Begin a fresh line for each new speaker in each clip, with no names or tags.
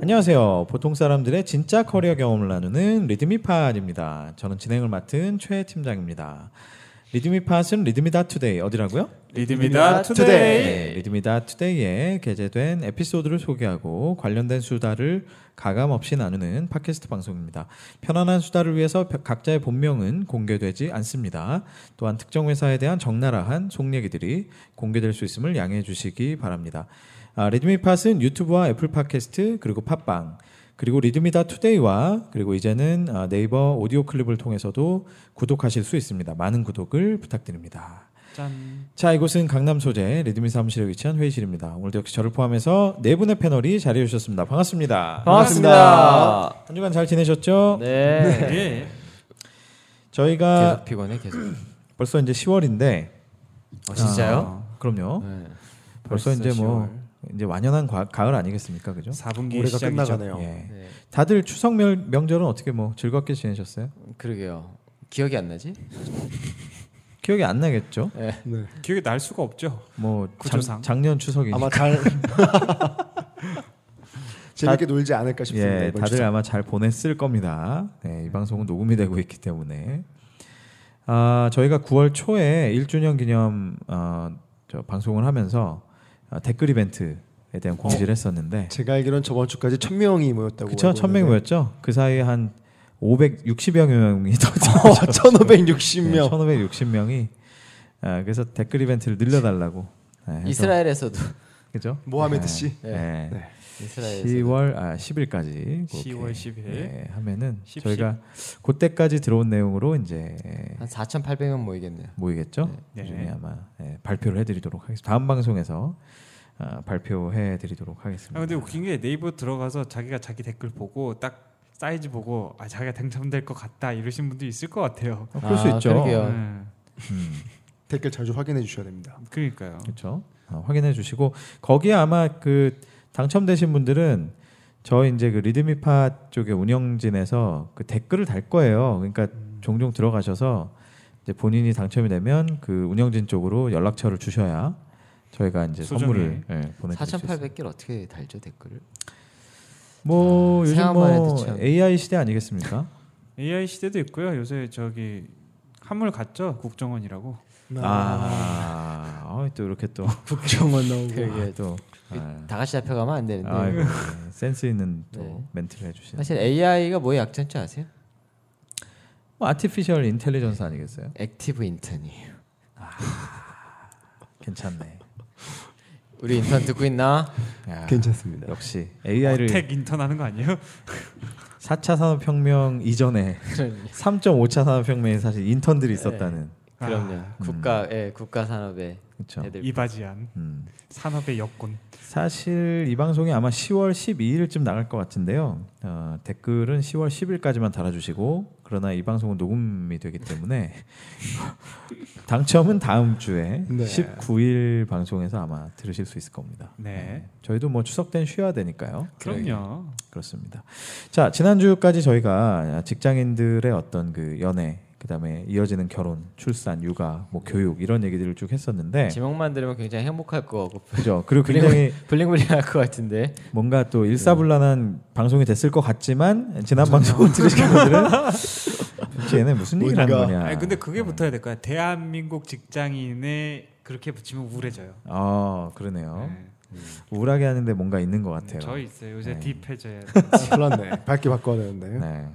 안녕하세요. 보통 사람들의 진짜 커리어 경험을 나누는 리드미팟입니다. 저는 진행을 맡은 최 팀장입니다. 리드미팟은 리드미다 투데이 어디라고요?
리드미다 투데이.
네, 리드미다 투데이에 게재된 에피소드를 소개하고 관련된 수다를 가감 없이 나누는 팟캐스트 방송입니다. 편안한 수다를 위해서 펴- 각자의 본명은 공개되지 않습니다. 또한 특정 회사에 대한 적나라한 속 얘기들이 공개될 수 있음을 양해해 주시기 바랍니다. 아, 리드미팟은 유튜브와 애플 팟캐스트 그리고 팟빵 그리고 리드미다 투데이와 그리고 이제는 아, 네이버 오디오 클립을 통해서도 구독하실 수 있습니다. 많은 구독을 부탁드립니다.
짠.
자, 이곳은 강남 소재 리드미 사무실에 위치한 회의실입니다. 오늘도 역시 저를 포함해서 네 분의 패널이 자리해 주셨습니다. 반갑습니다.
반갑습니다.
한 주간 잘 지내셨죠?
네.
예.
저희가
아.
계속 피곤해 계속.
벌써 이제 10월인데
아,
아,
어, 진짜요?
그럼요.
네.
벌써,
벌써
이제 뭐 이제 완연한 과- 가을 아니겠습니까? 그죠?
4분기
네. 올해가
시작이죠.
끝나가네요.
예.
네.
다들 추석 명, 명절은 어떻게 뭐 즐겁게 지내셨어요?
그러게요. 기억이 안 나지?
기억이 안 나겠죠?
네.
네.
예. 기억이 날 수가 없죠.
뭐
구조상.
작, 작년 추석이니까
아마 잘 재밌게 놀지 않을까 싶습니다.
예,
네
이번
다들
추석.
아마 잘 보냈을 겁니다. 네, 이 방송은 녹음이 되고 있기 때문에 아, 저희가 9월 초에 1주년 기념 어, 저 방송을 하면서 어, 댓글 이벤트에 대한 공지를 했었는데
제가 알기로는 저번 주까지 천 명이 모였다고.
그쵸? 천명이 모였죠? 그 사이에 한 560여 명이 더
네,
네,
1,560명.
1,560명이 아, 그래서 댓글 이벤트를 늘려달라고 네, 해서-
이스라엘에서도.
그죠?
뭐 모하메드 씨.
네.
네.
이스라엘에서.
10월 아 10일까지
10월 10일.
네.
네, 하면은
10,
저희가 그때까지 들어온 내용으로 이제
한 4,800명 모이겠네요.
모이겠죠.
네.
나중에 아마 예, 발표를 해드리도록 하겠습니다. 다음 방송에서 아, 발표해드리도록 하겠습니다.
아 근데 웃긴 게 네이버 들어가서 자기가 자기 댓글 보고 딱 사이즈 보고 아 자기가 당첨될 것 같다 이러신 분도 있을 것 같아요.
어, 그럴 수
아,
있죠.
그러게요.
음,
네. 댓글 자주 확인해 주셔야 됩니다.
그러니까요.
그렇죠. 어, 확인해 주시고 거기에 아마 그 당첨되신 분들은 저희 이제 그 리드미파 쪽의 운영진에서 그 댓글을 달 거예요. 그러니까 종종 들어가셔서 이제 본인이 당첨이 되면 그 운영진 쪽으로 연락처를 주셔야 저희가 이제
소정의-
선물을 예, 보내드릴 수 있습니다.
4,800개를 어떻게 달죠 댓글을?
뭐 요즘
아, 생각만 해도
뭐
참.
AI 시대 아니겠습니까?
AI 시대도 있고요. 요새 저기 한물 갔죠 국정원이라고.
아, 어, 또 이렇게 또,
국정원 나오고.
그게
또
다 같이 잡혀가면 안 되는데.
아이고, 네, 센스 있는 또
네.
멘트를 해주시는.
사실 AI가 뭐의 약자인지 아세요?
뭐 아티피셜 인텔리전스 아니겠어요?
액티브 인턴이에요.
괜찮네.
우리 인턴 듣고 있나?
야,
괜찮습니다.
역시
어택
AI를
인턴 하는 거 아니에요?
4차 산업혁명 이전에 3.5차 산업혁명에 사실
네.
인턴들이 있었다는
그럼요. 국가, 예, 국가 산업의
네.
그렇죠.
애들.
아, 이바지한
음.
산업의 여군.
사실 이 방송이 아마 10월 12일쯤 나갈 것 같은데요. 어, 댓글은 10월 10일까지만 달아주시고 그러나 이 방송은 녹음이 되기 때문에 당첨은 다음 주에
네.
19일 방송에서 아마 들으실 수 있을 겁니다.
네.
저희도 뭐 추석 땐 쉬어야 되니까요.
그럼요.
그렇습니다. 자 지난주까지 저희가 직장인들의 어떤 그 연애 그다음에 이어지는 결혼, 출산, 육아, 뭐 교육 이런 얘기들을 쭉
네.
했었는데
네.
지목만 들으면 굉장히 행복할 것 같고
그죠. 그리고 굉장히
블링블링할 것 같은데
뭔가 또 일사불란한 방송이 됐을 것 같지만 지난
그렇죠.
방송을 들으신 분들은 혹시 얘네 무슨 얘기를 하는
뭔가-
거냐.
아니 근데 그게 붙어야 될 거야. 대한민국 직장인의 그렇게 붙이면 우울해져요.
아 그러네요.
네.
우울하게 하는데 뭔가 있는 것 같아요.
저 있어요. 요새
네.
딥해져요.
아, 몰랐네. 밝게 바꿔야 되는데.
네.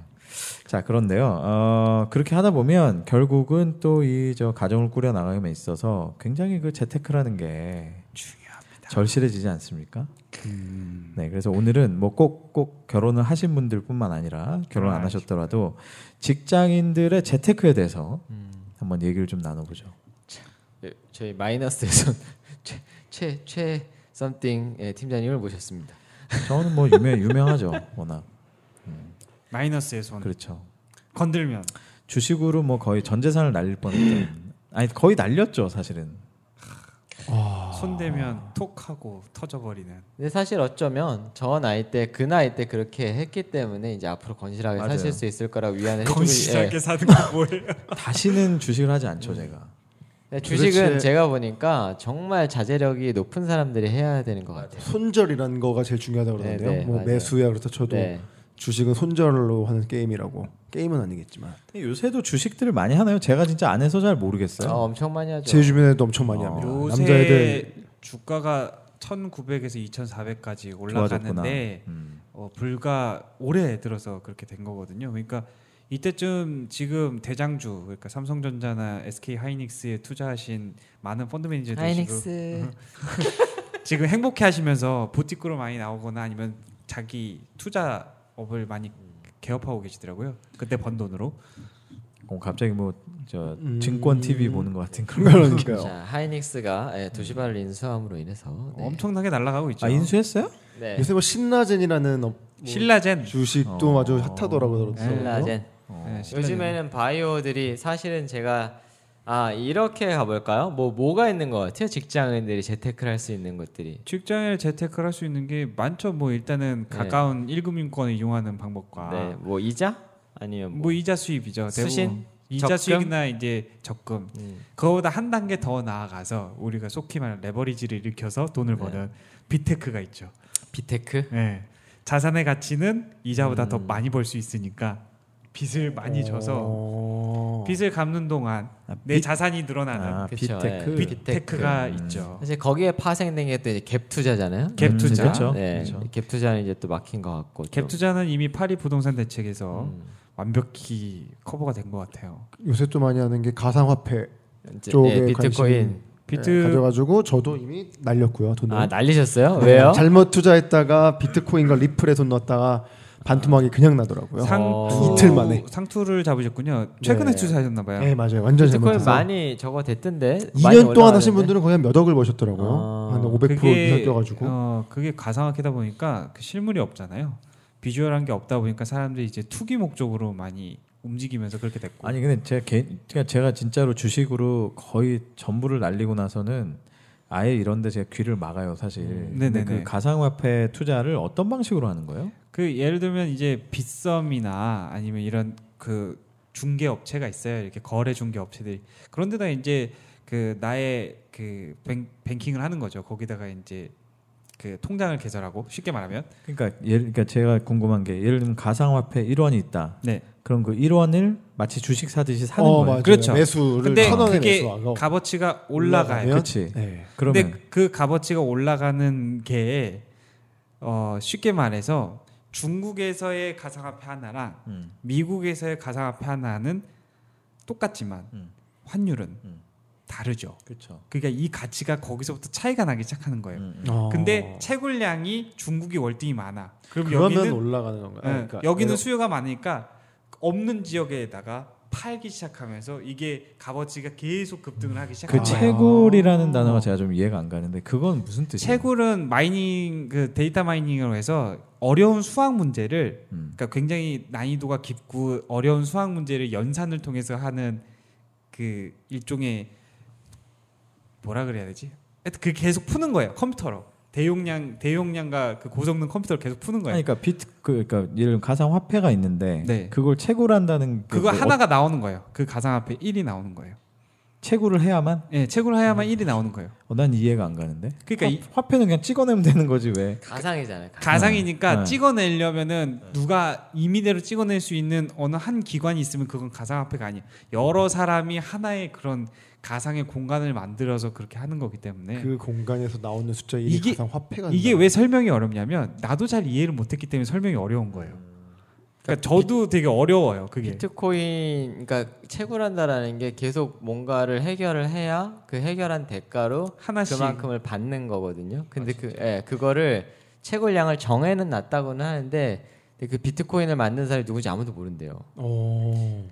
자 그런데요. 어, 그렇게 하다 보면 결국은 또 이 저 가정을 꾸려 나가기에 있어서 굉장히 그 재테크라는 게
네.
중요합니다. 절실해지지 않습니까?
음.
네, 그래서 오늘은 뭐 꼭 꼭 결혼을 하신 분들뿐만 아니라 결혼 안 하셨더라도 직장인들의 재테크에 대해서 한번 얘기를 좀 나눠보죠.
예, 저희 마이너스에서 최최최 썸띵 예, 팀장님을 모셨습니다.
저는 뭐 유명 유명하죠, 워낙
마이너스에서 온
그렇죠.
건들면
주식으로 뭐 거의 전 재산을 날릴 뻔했던 아니 거의 날렸죠 사실은. 아.
손대면 톡하고 터져버리는
근데 사실 어쩌면 저 나이 때 그 나이 때 그렇게 했기 때문에 이제 앞으로 건실하게
맞아요. 네, 예.
사실 수 있을 거라고 위안을 해주고
건실하게
예,
사는 거 뭐예요?
다시는 주식을 하지 않죠 제가.
네,
도대체-
주식은 제가 보니까 정말 자제력이 높은 사람들이 해야 되는 것 같아요.
손절이라는 거가 제일 중요하다고
네,
그러는데요.
네,
뭐
맞아요.
매수야 그렇다 쳐도
네.
주식은 손절로 하는 게임이라고 게임은 아니겠지만
근데 요새도 주식들을 많이 하나요? 제가 진짜 안 해서 잘 모르겠어요.
어,
아,
엄청 많이 하죠.
제 주변에도 엄청 많이
어.
합니다.
요새
남자애들
주가가 1,900에서 2,400까지
좋아졌구나.
올라갔는데
음.
어, 불과 올해 들어서 그렇게 된 거거든요. 그러니까 이때쯤 지금 대장주 그러니까 삼성전자나 SK 하이닉스에 투자하신 많은 펀드 매니저들
음.
하이닉스
지금, 지금 행복해 하시면서 보티크로 많이 나오거나 아니면 자기 투자업을 많이 개업하고 계시더라고요. 그때 번 돈으로.
어, 갑자기 뭐 저
음.
증권 TV 보는 것 같은 그런.
그렇죠.
그러니까요.
자, 하이닉스가 예, 도시바를 인수함으로 인해서 네.
엄청나게 날아가고 있죠.
아 인수했어요?
네.
요새 뭐 신라젠이라는 업-
신라젠.
주식도
어.
아주 핫하더라고요.
신라젠.
네, 신라젠.
뭐, 어. 요즘에는 바이오들이 사실은 제가 아 이렇게 가볼까요? 뭐 뭐가 있는 것 같아요? 직장인들이 재테크를 할 수 있는 것들이
직장에 재테크를 할 수 있는 게 많죠. 뭐 일단은
네.
가까운 1금융권을 이용하는 방법과
네, 뭐 이자 아니면 뭐,
뭐 이자 수입이죠. 대부분
수신?
이자
적금?
수익이나 이제 적금.
음.
그거보다 한 단계 더 나아가서 우리가 속히 말하는 레버리지를 일으켜서 돈을
네.
버는 비테크가 있죠.
비테크
예. 자산의 가치는 이자보다 더 많이 벌 수 있으니까 빚을 많이 져서
어.
빚을 갚는 동안
아,
내
빚-
자산이 늘어나는
아,
그쵸,
빅테크.
예.
빅-
비테크가
음.
있죠.
사실 거기에 파생된 게 또 갭 투자잖아요.
갭
음,
투자.
그렇죠.
네,
그렇죠.
갭 투자는 이제 또 막힌 것 같고 좀.
갭 투자는 이미 파리 부동산 대책에서
음.
완벽히 커버가 된 것 같아요.
요새 또 많이 하는 게 가상화폐
이제,
쪽에
네, 비트코인
비트
네, 가져가지고 저도 이미 날렸고요 돈을.
아 날리셨어요? 왜요?
잘못 투자했다가 비트코인과 리플에 돈 넣었다가 반토막이 그냥 나더라고요.
상-
상투
이틀 만에.
상투를 잡으셨군요. 최근에
네.
투자하셨나 봐요.
네 맞아요 완전
비트코인
잘못해서
많이 저거 됐던데
2년 동안 하신
분들
분들은 거의 한 몇 억을 버셨더라고요.
아.
한 500% 이상 뛰어가지고
어, 그게 가상화폐다 보니까 그 실물이 없잖아요. 비주얼한 게 없다 보니까 사람들이 이제 투기 목적으로 많이 움직이면서 그렇게 됐고.
아니 근데 제가 개, 그러니까 제가 진짜로 주식으로 거의 전부를 날리고 나서는 아예 이런데 제가 귀를 막아요 사실. 근데
음. 네네네.
그 가상화폐 투자를 어떤 방식으로 하는 거예요?
그 예를 들면 이제 빗썸이나 아니면 이런 그 중개 업체가 있어요. 이렇게 거래 중개 업체들이 그런 데다 이제 그 나의 그 뱅, 뱅킹을 하는 거죠. 거기다가 이제 그 통장을 개설하고 쉽게 말하면
그러니까 예를 그러니까 제가 궁금한 게 예를 들면 가상화폐 1원이 있다.
네.
그럼 그 1원을 마치 주식 사듯이 사는
어,
거예요.
맞아요.
그렇죠.
매수를
근데
천 원에
그게
매수하고
값어치가 올라가요.
올라가면?
그렇지.
네.
그러면
근데 그 값어치가 올라가는 게 어, 쉽게 말해서 중국에서의 가상화폐 하나랑
음.
미국에서의 가상화폐 하나는 똑같지만
음.
환율은
음.
다르죠.
그렇죠.
그러니까 이 가치가 거기서부터 차이가 나기 시작하는 거예요.
음,
어.
근데 채굴량이 중국이 월등히 많아. 그럼
그러면
여기는
올라가는 건가요?
예,
그러니까
여기는 수요가 많으니까 없는 지역에다가 팔기 시작하면서 이게 값어치가 계속 급등을 하기
그
시작해요.
아.
채굴이라는 단어가 제가 좀 이해가 안 가는데 그건 무슨 뜻이에요?
채굴은 마이닝 그 데이터 마이닝으로 해서 어려운 수학 문제를
음.
그러니까 굉장히 난이도가 깊고 어려운 수학 문제를 연산을 통해서 하는 그 일종의 뭐라 그래야 되지? 하여튼 그 계속 푸는 거예요 컴퓨터로 대용량 대용량과 그 고성능 컴퓨터로 계속 푸는 거예요.
아니, 그러니까 비트 그- 그러니까 예를 들면 가상 화폐가 있는데
네.
그걸 채굴한다는 게
그거
뭐
하나가 나오는 거예요. 그 가상화폐 1이 나오는 거예요.
채굴을 해야만?
예, 채굴해야만 1이 나오는 거예요.
어, 난 이해가 안 가는데.
그러니까 이-
화, 화폐는 그냥 찍어내면 되는 거지 왜?
가상이잖아요. 가상.
가상이니까
네.
찍어내려면은 누가 임의대로 찍어낼 수 있는 어느 한 기관이 있으면 그건 가상화폐가 아니에요. 여러 사람이 하나의 그런 가상의 공간을 만들어서 그렇게 하는 거기 때문에
그 공간에서 나오는 숫자 이게
네. 이게-
가상 화폐가
이게
된다.
왜 설명이 어렵냐면 나도 잘 이해를 못했기 때문에 설명이 어려운 거예요.
음.
그러니까 저도 되게 어려워요. 그게
비트코인 그러니까 채굴한다라는 게 계속 뭔가를 해결을 해야 그 해결한 대가로
하나씩
그만큼을 받는 거거든요. 근데 그 예, 그거를 채굴량을 정해는 놨다고는 하는데 근데 그 비트코인을 만든 사람이 누군지 아무도 모른대요.
오.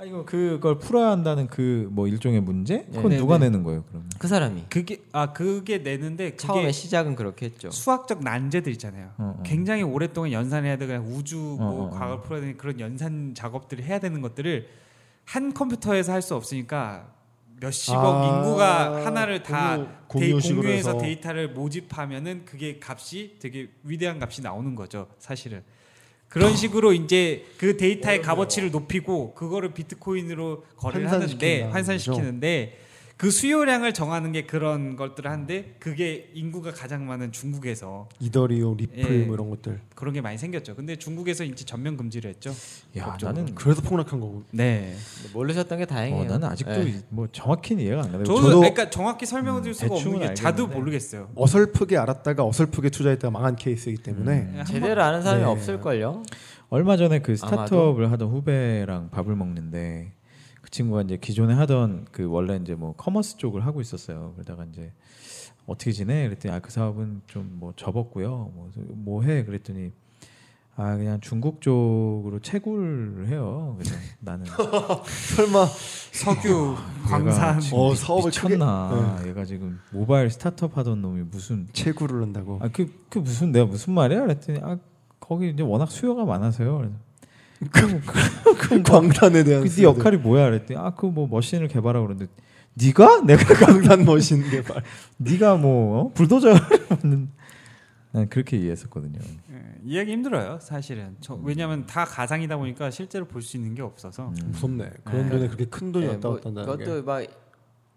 아니 이거 그걸 풀어야 한다는 그 뭐 일종의 문제? 그건
네,
누가
네.
내는 거예요, 그러면?
그 사람이
그게 아 그게 내는데
처음에
그게
시작은 그렇게 했죠.
수학적 난제들 있잖아요.
어, 어.
굉장히 오랫동안 연산해야 되고 그냥 우주
어,
뭐
어,
과학을 풀어야 되는 그런 연산 작업들을 해야 되는 것들을 한 컴퓨터에서 할 수 없으니까 몇십억
아,
인구가 하나를 다 데이,
공유식으로
공유해서
해서.
데이터를 모집하면은 그게 값이 되게 위대한 값이 나오는 거죠 사실은 그런 식으로 이제 그 데이터의 값어치를 높이고 그거를 비트코인으로 거래를
환산시킨다는
하는데 환산시키는데 그 수요량을 정하는 게 그런 것들을 하는데 그게 인구가 가장 많은 중국에서
이더리오, 리플
예.
뭐 이런 것들.
그런 게 많이 생겼죠. 근데 중국에서 이제 전면 금지를 했죠.
야,
법적으로.
나는
그래서 폭락한 거고.
네.
근데 모르셨던 게 다행이에요.
어, 나는 아직도
예.
이- 뭐 정확히는 이해가 안 가요.
저도
저도-
그러니까 정확히 설명을 드릴 수가
대충은
없는 게 자도
알겠는데.
모르겠어요.
어설프게 알았다가 어설프게 투자했다가 망한 케이스이기 때문에
음.
제대로 아는 사람이
네.
없을걸요.
얼마 전에 그
아마도?
스타트업을 하던 후배랑 밥을 먹는데 그 친구가 이제 기존에 하던 그 원래 이제 뭐 커머스 쪽을 하고 있었어요. 그러다가 이제 어떻게 지내? 그랬더니 아 그 사업은 좀 뭐 접었고요. 뭐 해? 그랬더니 아 그냥 중국 쪽으로 채굴을 해요. 그래서 나는
설마
석유,
얘가
광산.
지금
어,
미-
사업을 크게- 네.
미쳤나? 얘가 지금 모바일 스타트업 하던 놈이 무슨
채굴을 한다고.
아 그 그 무슨 내가 무슨 말이야? 그랬더니 아 거기 이제 워낙 수요가 많아서요. 그래서
아,
광산에 대한
그네
수요들.
역할이 뭐야? 그랬더니 아 그 뭐 머신을 개발하고 그러는데 네가 내가 뭐,
광산 머신 개발.
네가 뭐 어? 불도저를 만든 난 그렇게 이해했었거든요.
예, 이해하기 힘들어요, 사실은. 저- 왜냐면 다 가상이다 보니까 실제로 볼 수 있는 게 없어서.
무섭네. 그런 돈에 그렇게 큰
네,
돈이
네,
예,
왔다
뭐
갔다 한다는 게.
그것도 막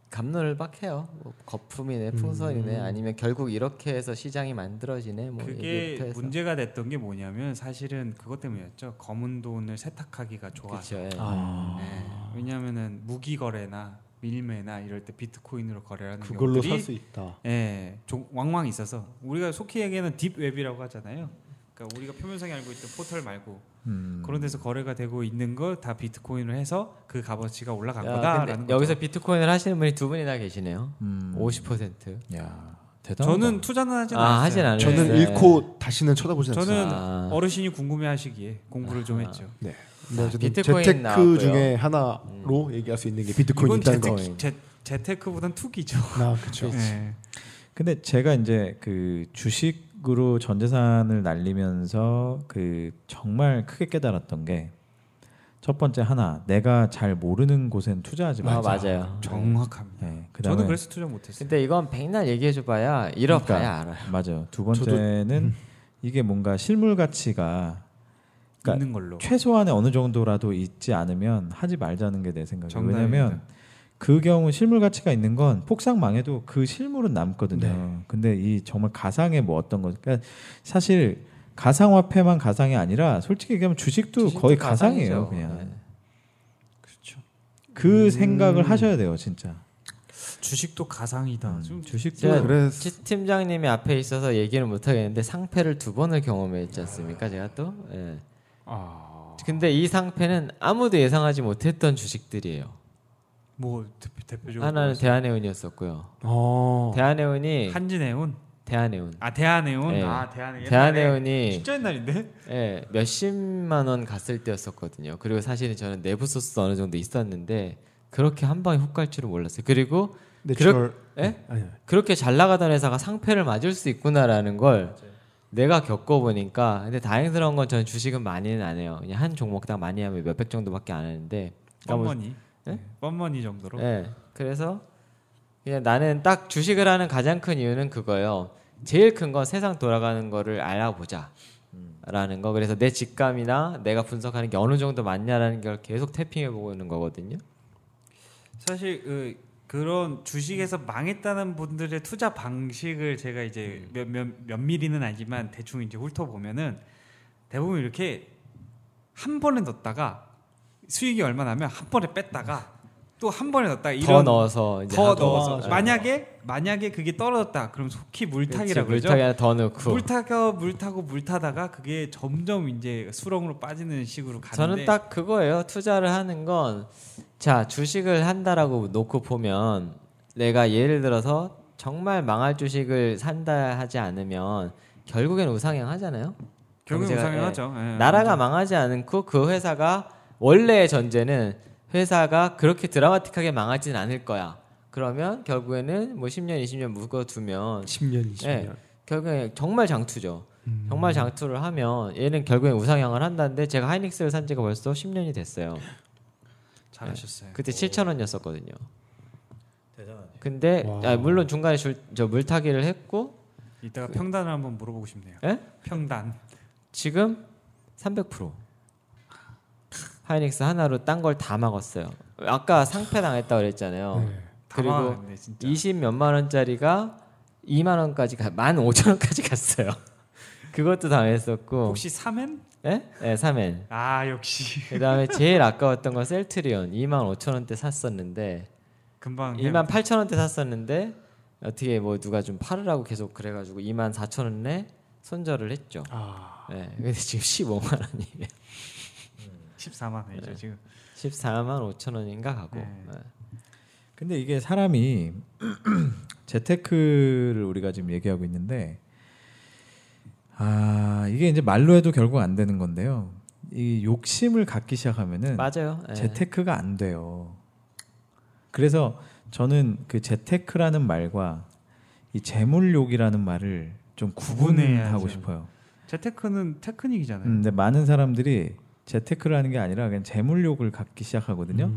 감론을 박해요. 뭐 거품이네, 풍선이네,
음.
아니면 결국 이렇게 해서 시장이 만들어지네. 뭐 얘기부터
그게
해서.
문제가 됐던 게 뭐냐면 사실은 그것 때문이었죠. 검은 돈을 세탁하기가 좋아서.
그쵸, 예.
예, 왜냐면은 무기 거래나 밀매나 이럴 때 비트코인으로 거래하는
그걸로 살
경우들이
수 있다.
예, 종- 왕왕 있어서 우리가 속히 얘기하는 딥웹이라고 하잖아요. 그러니까 우리가 표면상에 알고 있던 포털 말고
음.
그런 데서 거래가 되고 있는 걸 다 비트코인으로 해서 그 값어치가 올라간
야,
거다라는
근데
거죠.
여기서 비트코인을 하시는 분이 두 분이나 계시네요.
음.
50%.
야 대단.
저는 투자는 하진
아,
않았어요.
하진 않아요.
저는
네.
잃고 다시는 쳐다보지 않습니다.
저는
아.
어르신이 궁금해하시기에 공부를 좀
아.
했죠.
네. 근데 어쨌든
비트코인
재테크
나왔고요.
중에 하나로 얘기할 수 있는 게 비트코인
이건
있다는
재테크,
거.
거예요.
재, 재테크보단 투기죠.
아, 그렇죠.
예.
근데 제가 이제 그 주식으로 전 재산을 날리면서 그 정말 크게 깨달았던 게 첫 번째 하나 내가 잘 모르는 곳엔 투자하지
아,
말자.
맞아요.
정확합니다.
네,
저도
그다음에
그래서 투자 못했어요.
근데 이건 백날 얘기해줘봐야 잃어봐야
그러니까.
알아요.
맞아요. 두 번째는 이게 뭔가 실물 가치가 그러니까
있는 걸로.
최소한의 어느 정도라도 있지 않으면 하지 말자는 게 내 생각이에요.
정답입니다.
왜냐하면 그 경우 실물 가치가 있는 건 폭삭 망해도 그 실물은 남거든요. 근데 이 정말 가상의 뭐 어떤 거, 그러니까 사실 가상화폐만 가상이 아니라 솔직히 얘기하면 주식도,
주식도
거의 가상이에요,
가상이죠.
그냥.
네.
그 생각을 하셔야 돼요, 진짜. 음.
주식도 가상이다. 좀
주식도
제가
네, 그래서-
지- 팀장님이 앞에 있어서 얘기를 못 하겠는데 상패를 두 번을 경험했지 않습니까? 제가 또. 예. 근데 이 상패는 아무도 예상하지 못했던 주식들이에요.
뭐 대표, 대표적으로
하나는 대한해운이었었고요.
어.
대한해운이
한진해운.
대한해운.
아 대한해운.
네.
아 대한해운.
대한해운이
진짜 옛날인데.
예, 몇십만 원 갔을 때였었거든요. 그리고 사실은 저는 내부 소스 어느 정도 있었는데 그렇게 한 방에 훅 갈 줄은 몰랐어요. 그리고
내추럴
예?
아니,
그렇게 잘 나가던 회사가 상패를 맞을 수 있구나라는 걸 내가 겪어보니까 근데 다행스러운 건 저는 주식은 많이는 안 해요. 그냥 한 종목당 많이 하면 몇백 정도밖에 안 하는데 그러니까 뭐-
뻔머니.
예?
네, 뻔머니 정도로.
예. 그래서 그냥 나는 딱 주식을 하는 가장 큰 이유는 그거예요. 제일 큰 건 세상 돌아가는 거를 알아보자. 라는 거 그래서 내 직감이나 내가 분석하는 게 어느 정도 맞냐라는 걸 계속 태핑해 보는 거거든요.
사실 그, 그런 주식에서 망했다는 분들의 투자 방식을 제가 이제
음.
몇몇 면밀히는 아니지만 대충 이제 훑어보면은 대부분 이렇게 한 번에 넣었다가 수익이 얼마 나면 한 번에 뺐다가 또 한 번에 넣었다가
더
그러니까 이런
넣어서 이제
더
하고.
넣어서
예.
만약에 만약에 그게 떨어졌다 그럼 속히 물타기라고
그렇지,
그러죠.
물타기 하나 더 넣고.
물 타고 물 타고 물 타다가 그게 점점 이제 수렁으로 빠지는 식으로 가는데
저는 딱 그거예요. 투자를 하는 건, 자, 주식을 한다라고 놓고 보면, 내가 예를 들어서 정말 망할 주식을 산다 하지 않으면, 결국엔 우상향 하잖아요?
결국에
경제가- 예.
우상향하죠. 예.
나라가 망하지 않고 그 회사가 원래의 전제는 회사가 그렇게 드라마틱하게 망하진 않을 거야. 그러면 결국에는 뭐 10년, 20년 묶어두면
10년 20년.
예. 결국에 정말 장투죠.
음.
정말 장투를 하면 얘는 결국엔 우상향을 한다는데 제가 하이닉스를 산 지가 벌써 10년이 됐어요. 예.
잘하셨어요.
그때 7천 원이었었거든요.
네. 대단하네.
근데
와.
아, 물론 중간에 줄, 저 물타기를 했고
이따가 평단을 한번 물어보고 싶네요.
예?
평단.
지금 300% 하이닉스 하나로 딴 걸 다 막았어요. 아까 상패 당했다 그랬잖아요.
다
그리고
망하겠네 진짜.
20 몇만 원짜리가 2만 원까지 가, 1만 5천 원까지 갔어요. 그것도 당했었고,
혹시 사면?
예? 네, 사멘.
아 역시
그다음에 제일 아까웠던 건 셀트리온 2만 5천 원대 샀었는데
금방
2만 8천 원대 샀었는데 어떻게 뭐 누가 좀 팔으라고 계속 그래가지고 2만 4천 원에 손절을 했죠.
아.
네, 근데 지금 15만 원이에요.
14만 원이죠
네.
지금.
14만 5천 원인가 가고.
네.
네.
근데 이게 사람이 재테크를 우리가 지금 얘기하고 있는데 아 이게 이제 말로 해도 결국 안 되는 건데요. 이 욕심을 갖기 시작하면은
맞아요. 네.
재테크가 안 돼요. 그래서 저는 그 재테크라는 말과 이 재물욕이라는 말을 좀 구분하고
구분해야죠.
싶어요.
재테크는 테크닉이잖아요.
음, 근데 많은 사람들이 재테크를 하는 게 아니라 그냥 재물욕을 갖기 시작하거든요.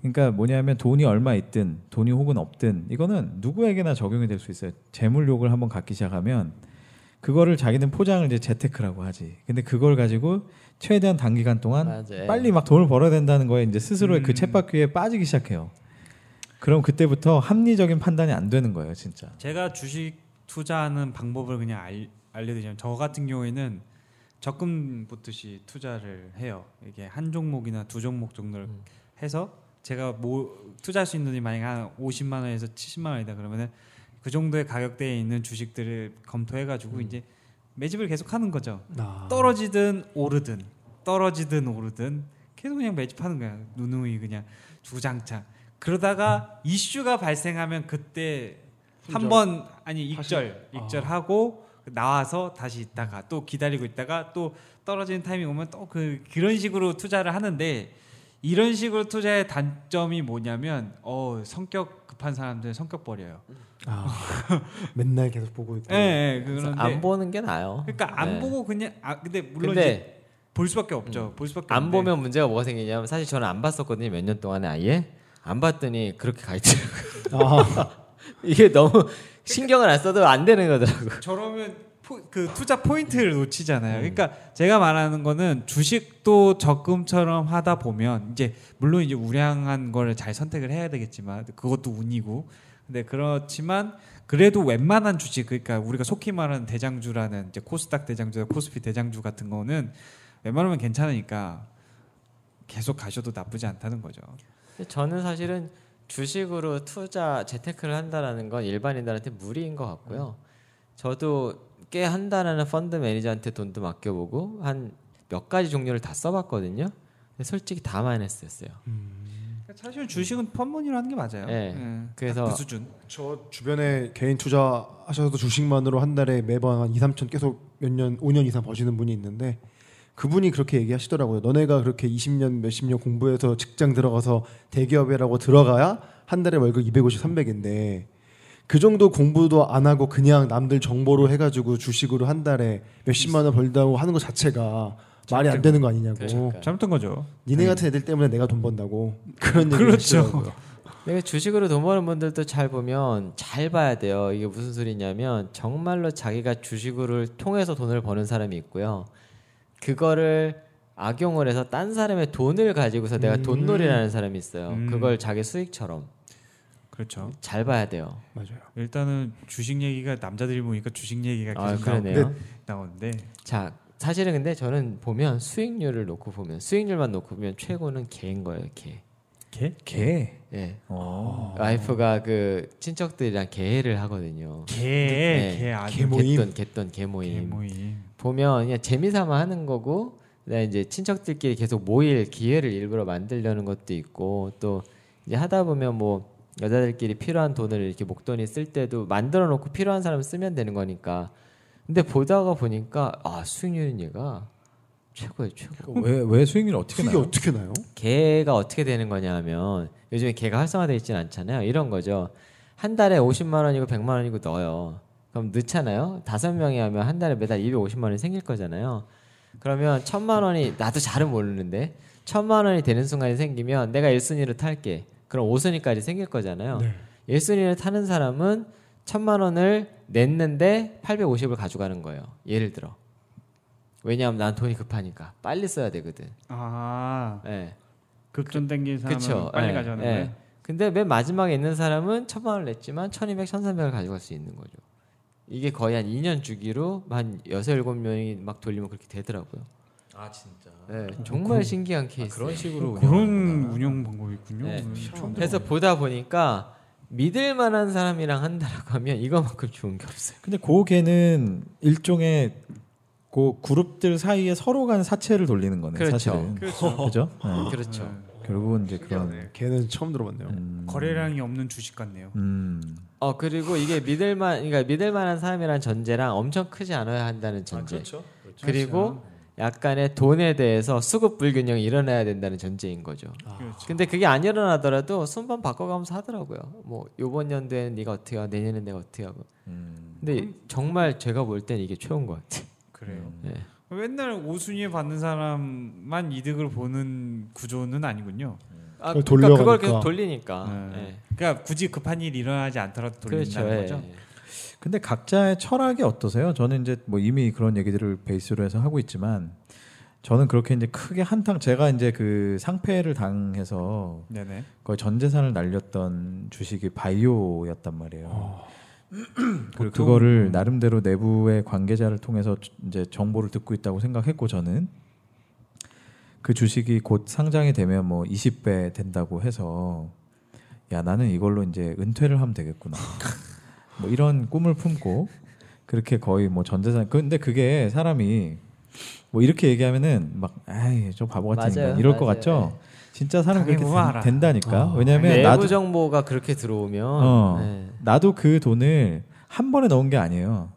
그러니까 뭐냐면 돈이 얼마 있든 돈이 혹은 없든 이거는 누구에게나 적용이 될 수 있어요. 재물욕을 한번 갖기 시작하면 그거를 자기는 포장을 이제 재테크라고 하지. 근데 그걸 가지고 최대한 단기간 동안
맞아요. 네.
빨리 막 돈을 벌어야 된다는 거에 이제 스스로의 그
음.
챗바퀴에 빠지기 시작해요. 그럼 그때부터 합리적인 판단이 안 되는 거예요, 진짜.
제가 주식 투자하는 방법을 그냥 알, 알려드리면 저 같은 경우에는 적금 붙듯이 투자를 해요. 이게 한 종목이나 두 종목 정도를 해서 제가 뭐 투자할 수 있는 돈이 만약 한 50만 원에서 70만 원이다 그러면은 그 정도의 가격대에 있는 주식들을 검토해 가지고 이제 매집을 계속 하는 거죠. 아. 떨어지든 오르든 떨어지든 오르든 계속 그냥 매집하는 거야 누누이 그냥 주장창
음.
그러다가 이슈가 발생하면 그때
손절.
한 번 아니 익절 익절하고 나와서 다시 있다가 또 기다리고 있다가 또 떨어지는 타이밍 오면 또 그 그런 식으로 투자를 하는데 이런 식으로 투자의 단점이 뭐냐면 어 성격 급한 사람들은 성격 버려요.
음.
아, 맨날 계속 보고 있고.
예, 예
그래서
그런데
안 보는 게 나아요.
그러니까 안
네.
보고 그냥 아 근데 물론 이제
근데
볼 수밖에 없죠. 볼 수밖에
안
없는데.
보면 문제가 뭐가 생기냐면 사실 저는 안 봤었거든요 몇 년 동안에 아예 안 봤더니 그렇게 가있더라고
아,
이게 너무 신경을 안 써도 안 되는 거더라고
저러면 포, 그 투자 포인트를 놓치잖아요. 그러니까 제가 말하는 거는 주식도 적금처럼 하다 보면 이제 물론 이제 우량한 거를 잘 선택을 해야 되겠지만 그것도 운이고 근데 그렇지만 그래도 웬만한 주식 그러니까 우리가 속히 말하는 대장주라는 이제 코스닥 대장주, 코스피 대장주 같은 거는 웬만하면 괜찮으니까 계속 가셔도 나쁘지 않다는 거죠.
근데 저는 사실은 주식으로 투자 재테크를 한다라는 건 일반인들한테 무리인 것 같고요 저도 꽤 한다라는 펀드 매니저한테 돈도 맡겨보고 한 몇 가지 종류를 다 써봤거든요 근데 솔직히 다 마이너스였어요
사실 주식은 펀머니라는 게 맞아요. 네.
예. 그래서-
딱그 수준.
저 주변에 개인 투자 하셔서 주식만으로 한 달에 매번 한 2, 3천 계속 몇 년 5년 이상 버시는 분이 있는데 그분이 그렇게 얘기하시더라고요. 너네가 그렇게 20년 몇십 년 공부해서 직장 들어가서 대기업이라고 들어가야 한 달에 월급 250, 300인데 그 정도 공부도 안 하고 그냥 남들 정보로 해가지고 주식으로 한 달에 몇십만 원 벌다고 하는 것 자체가 말이 안 되는 거 아니냐고.
그러니까.
잘못된 거죠.
니네 같은 애들 때문에 내가 돈 번다고 그런 얘기
그렇죠.
하시더라고요.
내가 주식으로 돈 버는 분들도 잘 보면 잘 봐야 돼요. 이게 무슨 소리냐면 정말로 자기가 주식을 통해서 돈을 버는 사람이 있고요. 그거를 악용을 해서 딴 사람의 돈을 가지고서 내가 돈놀이라는 사람이 있어요.
음.
그걸 자기 수익처럼
그렇죠.
잘 봐야 돼요.
맞아요.
일단은 주식 얘기가 남자들이 보니까 주식 얘기가
아
계속 나오,
그러네요.
나오는데
자 사실은 근데 저는 보면 수익률을 놓고 보면 수익률만 놓고 보면 최고는 개인 거예요. 개.
개? 개.
예.
어.
와이프가 그 친척들이랑 개를 하거든요. 어. 네.
개개 아주
개 모임.
갯돈 갯돈
개
개모임.
모임.
보면 그냥 재미삼아 하는 거고 그다음에 이제 친척들끼리 계속 모일 기회를 일부러 만들려는 것도 있고 또 이제 하다 보면 뭐 여자들끼리 필요한 돈을 이렇게 목돈이 쓸 때도 만들어 놓고 필요한 사람 쓰면 되는 거니까 근데 보다가 보니까 아 수익률은 얘가 최고예요 최고
왜, 왜 수익률이 어떻게
그게
나요?
어떻게 나요?
개가 어떻게 되는 거냐 하면 요즘에 개가 활성화되어 있진 않잖아요. 이런 거죠. 한 달에 50만 원이고 100만 원이고 넣어요. 그럼 넣잖아요. 다섯 명이 하면 한 달에 매달 250만 원이 생길 거잖아요. 그러면 천만 원이 나도 잘은 모르는데 천만 원이 되는 순간이 생기면 내가 1순위로 탈게. 그럼 5순위까지 생길 거잖아요. 일 1순위를 타는 사람은 천만 원을 냈는데 850을 가져가는 거예요. 예를 들어. 왜냐하면 난 돈이 급하니까 빨리 써야 되거든.
아
예.
극전 당긴 사람은
그쵸,
빨리
예,
가져가는
예.
거예요.
근데 맨 마지막에 있는 사람은 천만 원을 냈지만 1200, 1300을 가져갈 수 있는 거죠. 이게 거의 한 2년 주기로 한 6, 7명이 막 돌리면 그렇게 되더라고요.
아 진짜.
네, 정말 신기한 케이스.
아, 그런 식으로
그런
운영하는구나.
운영 방법이 있군요.
네.
음, 처음
그래서 보다 보니까 믿을 만한 사람이랑 한다라고 하면 이거만큼 좋은 게 없어요.
근데 고개는 일종의 그 그룹들 사이에 서로 간 사채를 돌리는 거네
그렇죠.
사실은.
그렇죠.
그죠? 네.
그렇죠.
결국은 이제 그런.
네, 걔는 처음 들어봤네요.
음,
거래량이 없는 주식 같네요.
음.
어 그리고 이게 믿을만 그러니까 믿을만한 사람이란 전제랑 엄청 크지 않아야 한다는 전제 그리고 약간의 돈에 대해서 수급 불균형이 일어나야 된다는 전제인 거죠.
그렇죠.
근데 그게 안 일어나더라도 순번 바꿔가면서 하더라고요. 뭐 요번 연도에는 네가 어떻게 하고 내년에 내가 어떻게 하고.
음.
근데 정말 제가 볼 땐 이게 최고인 것 같아.
그래요.
네.
맨날 5순위에 받는 사람만 이득을 보는 구조는 아니군요.
아,
그걸
그러니까 그걸
돌려가니까.
계속 돌리니까.
네.
네.
그러니까 굳이 급한 일이 일어나지 않더라도
그렇죠.
돌린다는
예.
거죠.
근데 각자의 철학이 어떠세요? 저는 이제 뭐 이미 그런 얘기들을 베이스로 해서 하고 있지만 저는 그렇게 이제 크게 한탕 제가 이제 그 상패를 당해서
예.
네네.
거의 전 재산을 날렸던 주식이 바이오였단 말이에요. 그리고
보통- 음.
그거를 나름대로 내부의 관계자를 통해서 주- 이제 정보를 듣고 있다고 생각했고 저는 그 주식이 곧 상장이 되면 뭐 20배 된다고 해서 야 나는 이걸로 이제 은퇴를 하면 되겠구나. 뭐 이런 꿈을 품고 그렇게 거의 뭐 전 재산 근데 그게 사람이 뭐 이렇게 얘기하면은 막 에이 저 바보 같은
맞아요,
인간 이럴 것
맞아요.
같죠? 진짜 사람 그렇게
당해보면
된-
알아.
된다니까.
어.
그러니까 왜냐하면
내부
나도
정보가 그렇게 들어오면
어.
네.
나도 그 돈을 한 번에 넣은 게 아니에요.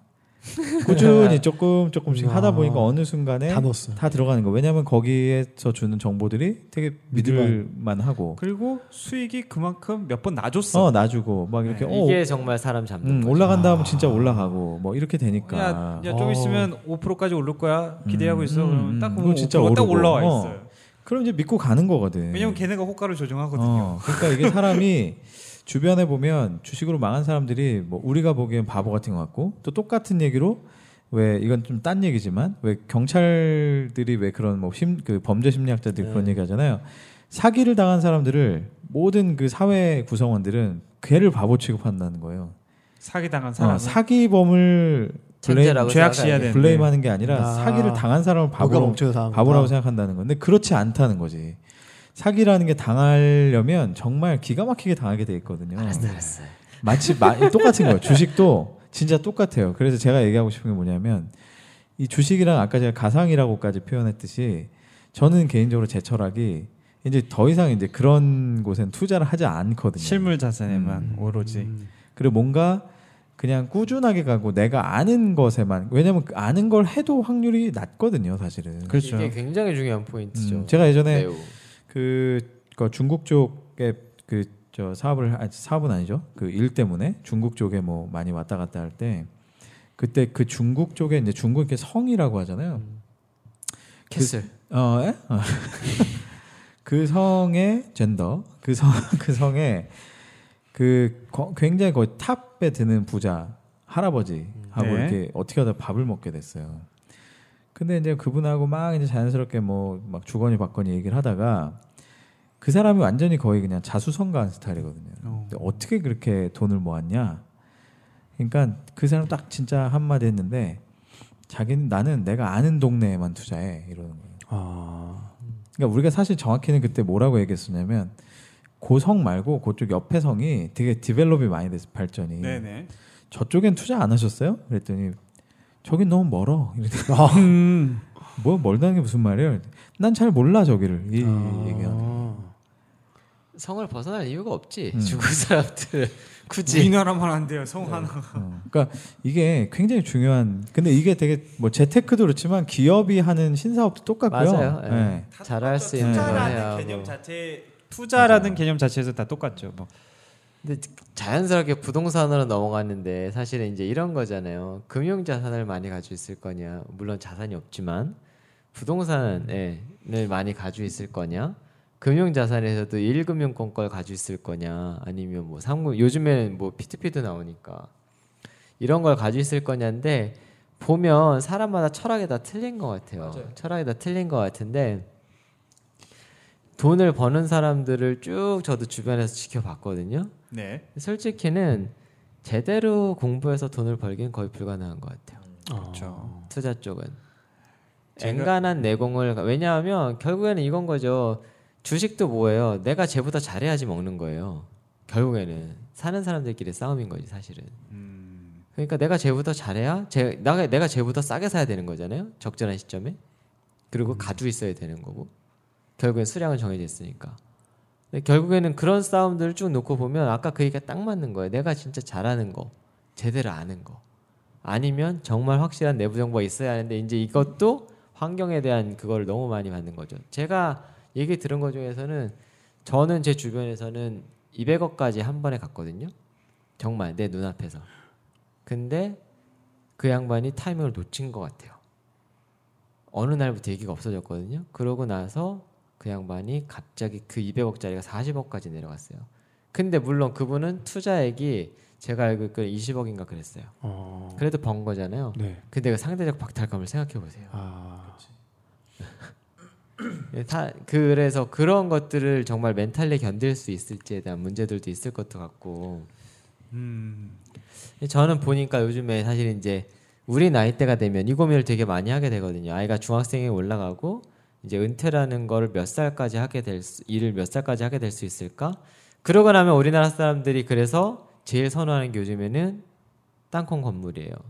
꾸준히 조금 조금씩
아.
하다 보니까 어느
네.
순간에
다 넣었어요.
다 들어가는 거. 왜냐하면 거기에서 주는 정보들이 되게 믿을만하고
그리고 수익이 그만큼 몇 번 나줬어.
어 놔주고 막 이렇게
네,
어,
이게 정말 사람 잡는
음,
거죠.
올라간 다음 진짜 올라가고 뭐 이렇게 되니까
야, 야,
어.
좀 있으면 5%까지 오를 거야. 기대하고 있어.
음,
그러면
음,
딱
그거
보면
진짜
5%가 딱
오르고.
올라와
어.
있어요.
그럼 이제 믿고 가는 거거든.
왜냐면 걔네가 호가를 조정하거든요.
어, 그러니까 이게 사람이 주변에 보면 주식으로 망한 사람들이 뭐 우리가 보기엔 바보 같은 것 같고 또 똑같은 얘기로 왜 이건 좀 딴 얘기지만 왜 경찰들이 왜 그런 뭐심그 범죄 심리학자들이 그런 얘기 하잖아요. 사기를 당한 사람들을 모든 그 사회 구성원들은 걔를 바보 취급한다는 거예요.
사기 당한
어,
사람.
사기범을 블레임,
천재라고
죄악시해야 돼.
생각하게.
블레임하는 게 아니라
아.
사기를 당한 사람을
바보가
바보로
멈춰서 당한
바보라고
거다.
생각한다는 건데 그렇지 않다는 거지. 사기라는 게 당하려면 정말 기가 막히게 당하게 돼 있거든요.
알았어,
음.
알았어.
마치 마- 똑같은 거예요. 주식도 진짜 똑같아요. 그래서 제가 얘기하고 싶은 게 뭐냐면 이 주식이랑 아까 제가 가상이라고까지 표현했듯이 저는 개인적으로 제 철학이 이제 더 이상 이제 그런 곳엔 투자를 하지 않거든요. 음.
실물 자산에만 오로지.
그리고 뭔가 그냥 꾸준하게 가고 내가 아는 것에만 왜냐면 그 아는 걸 해도 확률이 낮거든요, 사실은.
그렇죠. 네,
이게 굉장히 중요한 포인트죠.
음, 제가 예전에
매우.
그, 그 중국 쪽에 그 저 사업을 아, 사업은 아니죠. 그 일 때문에 중국 쪽에 뭐 많이 왔다 갔다 할 때 그때 그 중국 쪽에 이제 중국 이렇게 성이라고 하잖아요.
캐슬.
어, 예? 어. 그 성의 젠더, 그 성, 그 성의 그 거- 굉장히 거의 탑에 드는 부자 할아버지하고
네.
이렇게 어떻게 하다 밥을 먹게 됐어요. 근데 이제 그분하고 막 이제 자연스럽게 뭐 막 주거니 받거니 얘기를 하다가 그 사람이 완전히 거의 그냥 자수성가한 스타일이거든요.
어.
근데 어떻게 그렇게 돈을 모았냐? 그러니까 그 사람 딱 진짜 한마디 했는데 자기는 나는 내가 아는 동네에만 투자해 이러는 거예요.
아,
그러니까 우리가 사실 정확히는 그때 뭐라고 얘기했었냐면 고성 말고 그쪽 옆에 성이 되게 디벨롭이 많이 돼서 발전이
네네.
저쪽엔 투자 안 하셨어요? 그랬더니 저긴 너무 멀어. 이랬더니
아.
음.
뭐 멀다는 게 무슨 말이에요? 난 잘 몰라 저기를 이
아.
얘기하는.
성을 벗어날 이유가 없지.
음.
중국 사람들은
네.
굳이.
우리나라만 안 돼요. 성 하나.
어. 그러니까 이게 굉장히 중요한. 근데 이게 되게 뭐 재테크도 그렇지만 기업이 하는 신사업도 똑같고요.
맞아요. 예.
예.
잘할 수 있는 걸 해야
투자라는
하고.
개념 자체 투자라는 개념 자체에서 다 똑같죠. 뭐.
근데 자연스럽게 부동산으로 넘어갔는데 사실은 이제 이런 거잖아요. 금융 자산을 많이 가지고 있을 거냐. 물론 자산이 없지만 부동산을 많이 가지고 있을 거냐. 금융 자산에서도 1금융권 걸 가지고 있을 거냐. 아니면 뭐 3금 요즘에는 뭐 P2P도 나오니까 이런 걸 가지고 있을 거냐인데 보면 사람마다 철학이 다 틀린 것 같아요. 철학이 다 틀린 것 같은데 돈을 버는 사람들을 쭉 저도 주변에서 지켜봤거든요.
네.
솔직히는 제대로 공부해서 돈을 벌기는 거의 불가능한 것 같아요.
어.
그렇죠.
투자 쪽은
제가-
앵간한 내공을 가- 왜냐하면 결국에는 이건 거죠 주식도 뭐예요 내가 쟤보다 잘해야지 먹는 거예요 결국에는 사는 사람들끼리 싸움인 거지 사실은
음.
그러니까 내가 쟤보다 잘해야 쟤, 나, 내가 쟤보다 싸게 사야 되는 거잖아요 적절한 시점에
음.
그리고 가지고 있어야 되는 거고 결국엔 수량은 정해져 있으니까 근데 결국에는 그런 싸움들을 쭉 놓고 보면 아까 그 얘기가 딱 맞는 거예요 내가 진짜 잘하는 거 제대로 아는 거 아니면 정말 확실한 내부 정보가 있어야 하는데 이제 이것도 환경에 대한 그걸 너무 많이 받는 거죠. 제가 얘기 들은 것 중에서는 저는 제 주변에서는 200억까지 한 번에 갔거든요. 정말 내 눈앞에서. 근데 그 양반이 타이밍을 놓친 것 같아요. 어느 날부터 얘기가 없어졌거든요. 그러고 나서 그 양반이 갑자기 그 200억짜리가 40억까지 내려갔어요. 근데 물론 그분은 투자액이 제가 알고 있기로 20억인가 그랬어요.
어.
그래도 번 거잖아요.
네.
근데 그 상대적 박탈감을 생각해 보세요.
아.
예, 다 그래서 그런 것들을 정말 멘탈리 견딜 수 있을지에 대한 문제들도 있을 것도 같고. 저는 보니까 요즘에 사실 이제 우리 나이 대가 되면 이 고민을 되게 많이 하게 되거든요. 아이가 중학생에 올라가고 이제 은퇴라는 거를 몇 살까지 하게 될 수, 일을 몇 살까지 하게 될 수 있을까? 그러고 나면 우리나라 사람들이 그래서 제일 선호하는 게 요즘에는 땅콩 건물이에요.
어,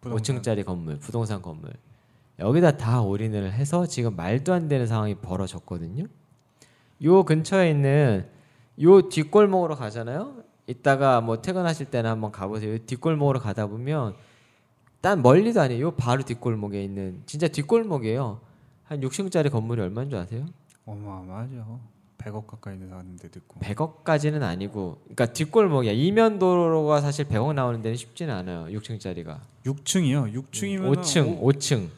부동산.
5층짜리 건물, 부동산 건물. 여기다 다 올인을 해서 지금 말도 안 되는 상황이 벌어졌거든요. 요 근처에 있는 요 뒷골목으로 가잖아요. 이따가 뭐 퇴근하실 때는 한번 가보세요. 요 뒷골목으로 가다 보면 딴 멀리도 아니에요. 요 바로 뒷골목에 있는 진짜 뒷골목이에요. 한 6층짜리 건물이 얼마인 줄 아세요?
어마어마하죠. 100억 가까이 나왔는데도 있고.
100억까지는 아니고 그러니까 뒷골목이야. 이면 도로가 사실 100억 나오는 데는 쉽지는 않아요. 6층짜리가.
6층이요. 6층이면
5층, 5층.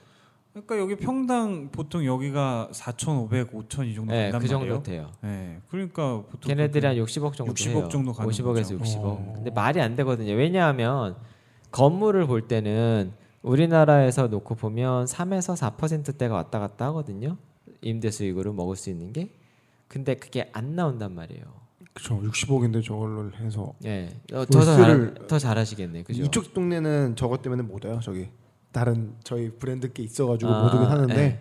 그러니까 여기 평당 보통 여기가 4,500, 5,000 이 정도
예,
된단
그 정도
말이에요.
돼요.
네, 그러니까 보통
걔네들이 한 60억 정도
60억
해요.
정도 가는
50억에서
거죠.
60억.
어.
근데 말이 안 되거든요. 왜냐하면 건물을 볼 때는 우리나라에서 놓고 보면 3에서 4%대가 왔다 갔다 하거든요. 임대 수익으로 먹을 수 있는 게. 근데 그게 안 나온단 말이에요.
그렇죠. 60억인데 저걸로 해서
예. 어, 더, 잘,
월세를-
더 잘하시겠네. 그죠?
이쪽 동네는 저것 때문에 못 와요. 저기 다른 저희 브랜드 게 있어가지고
아,
못 오긴 하는데
네.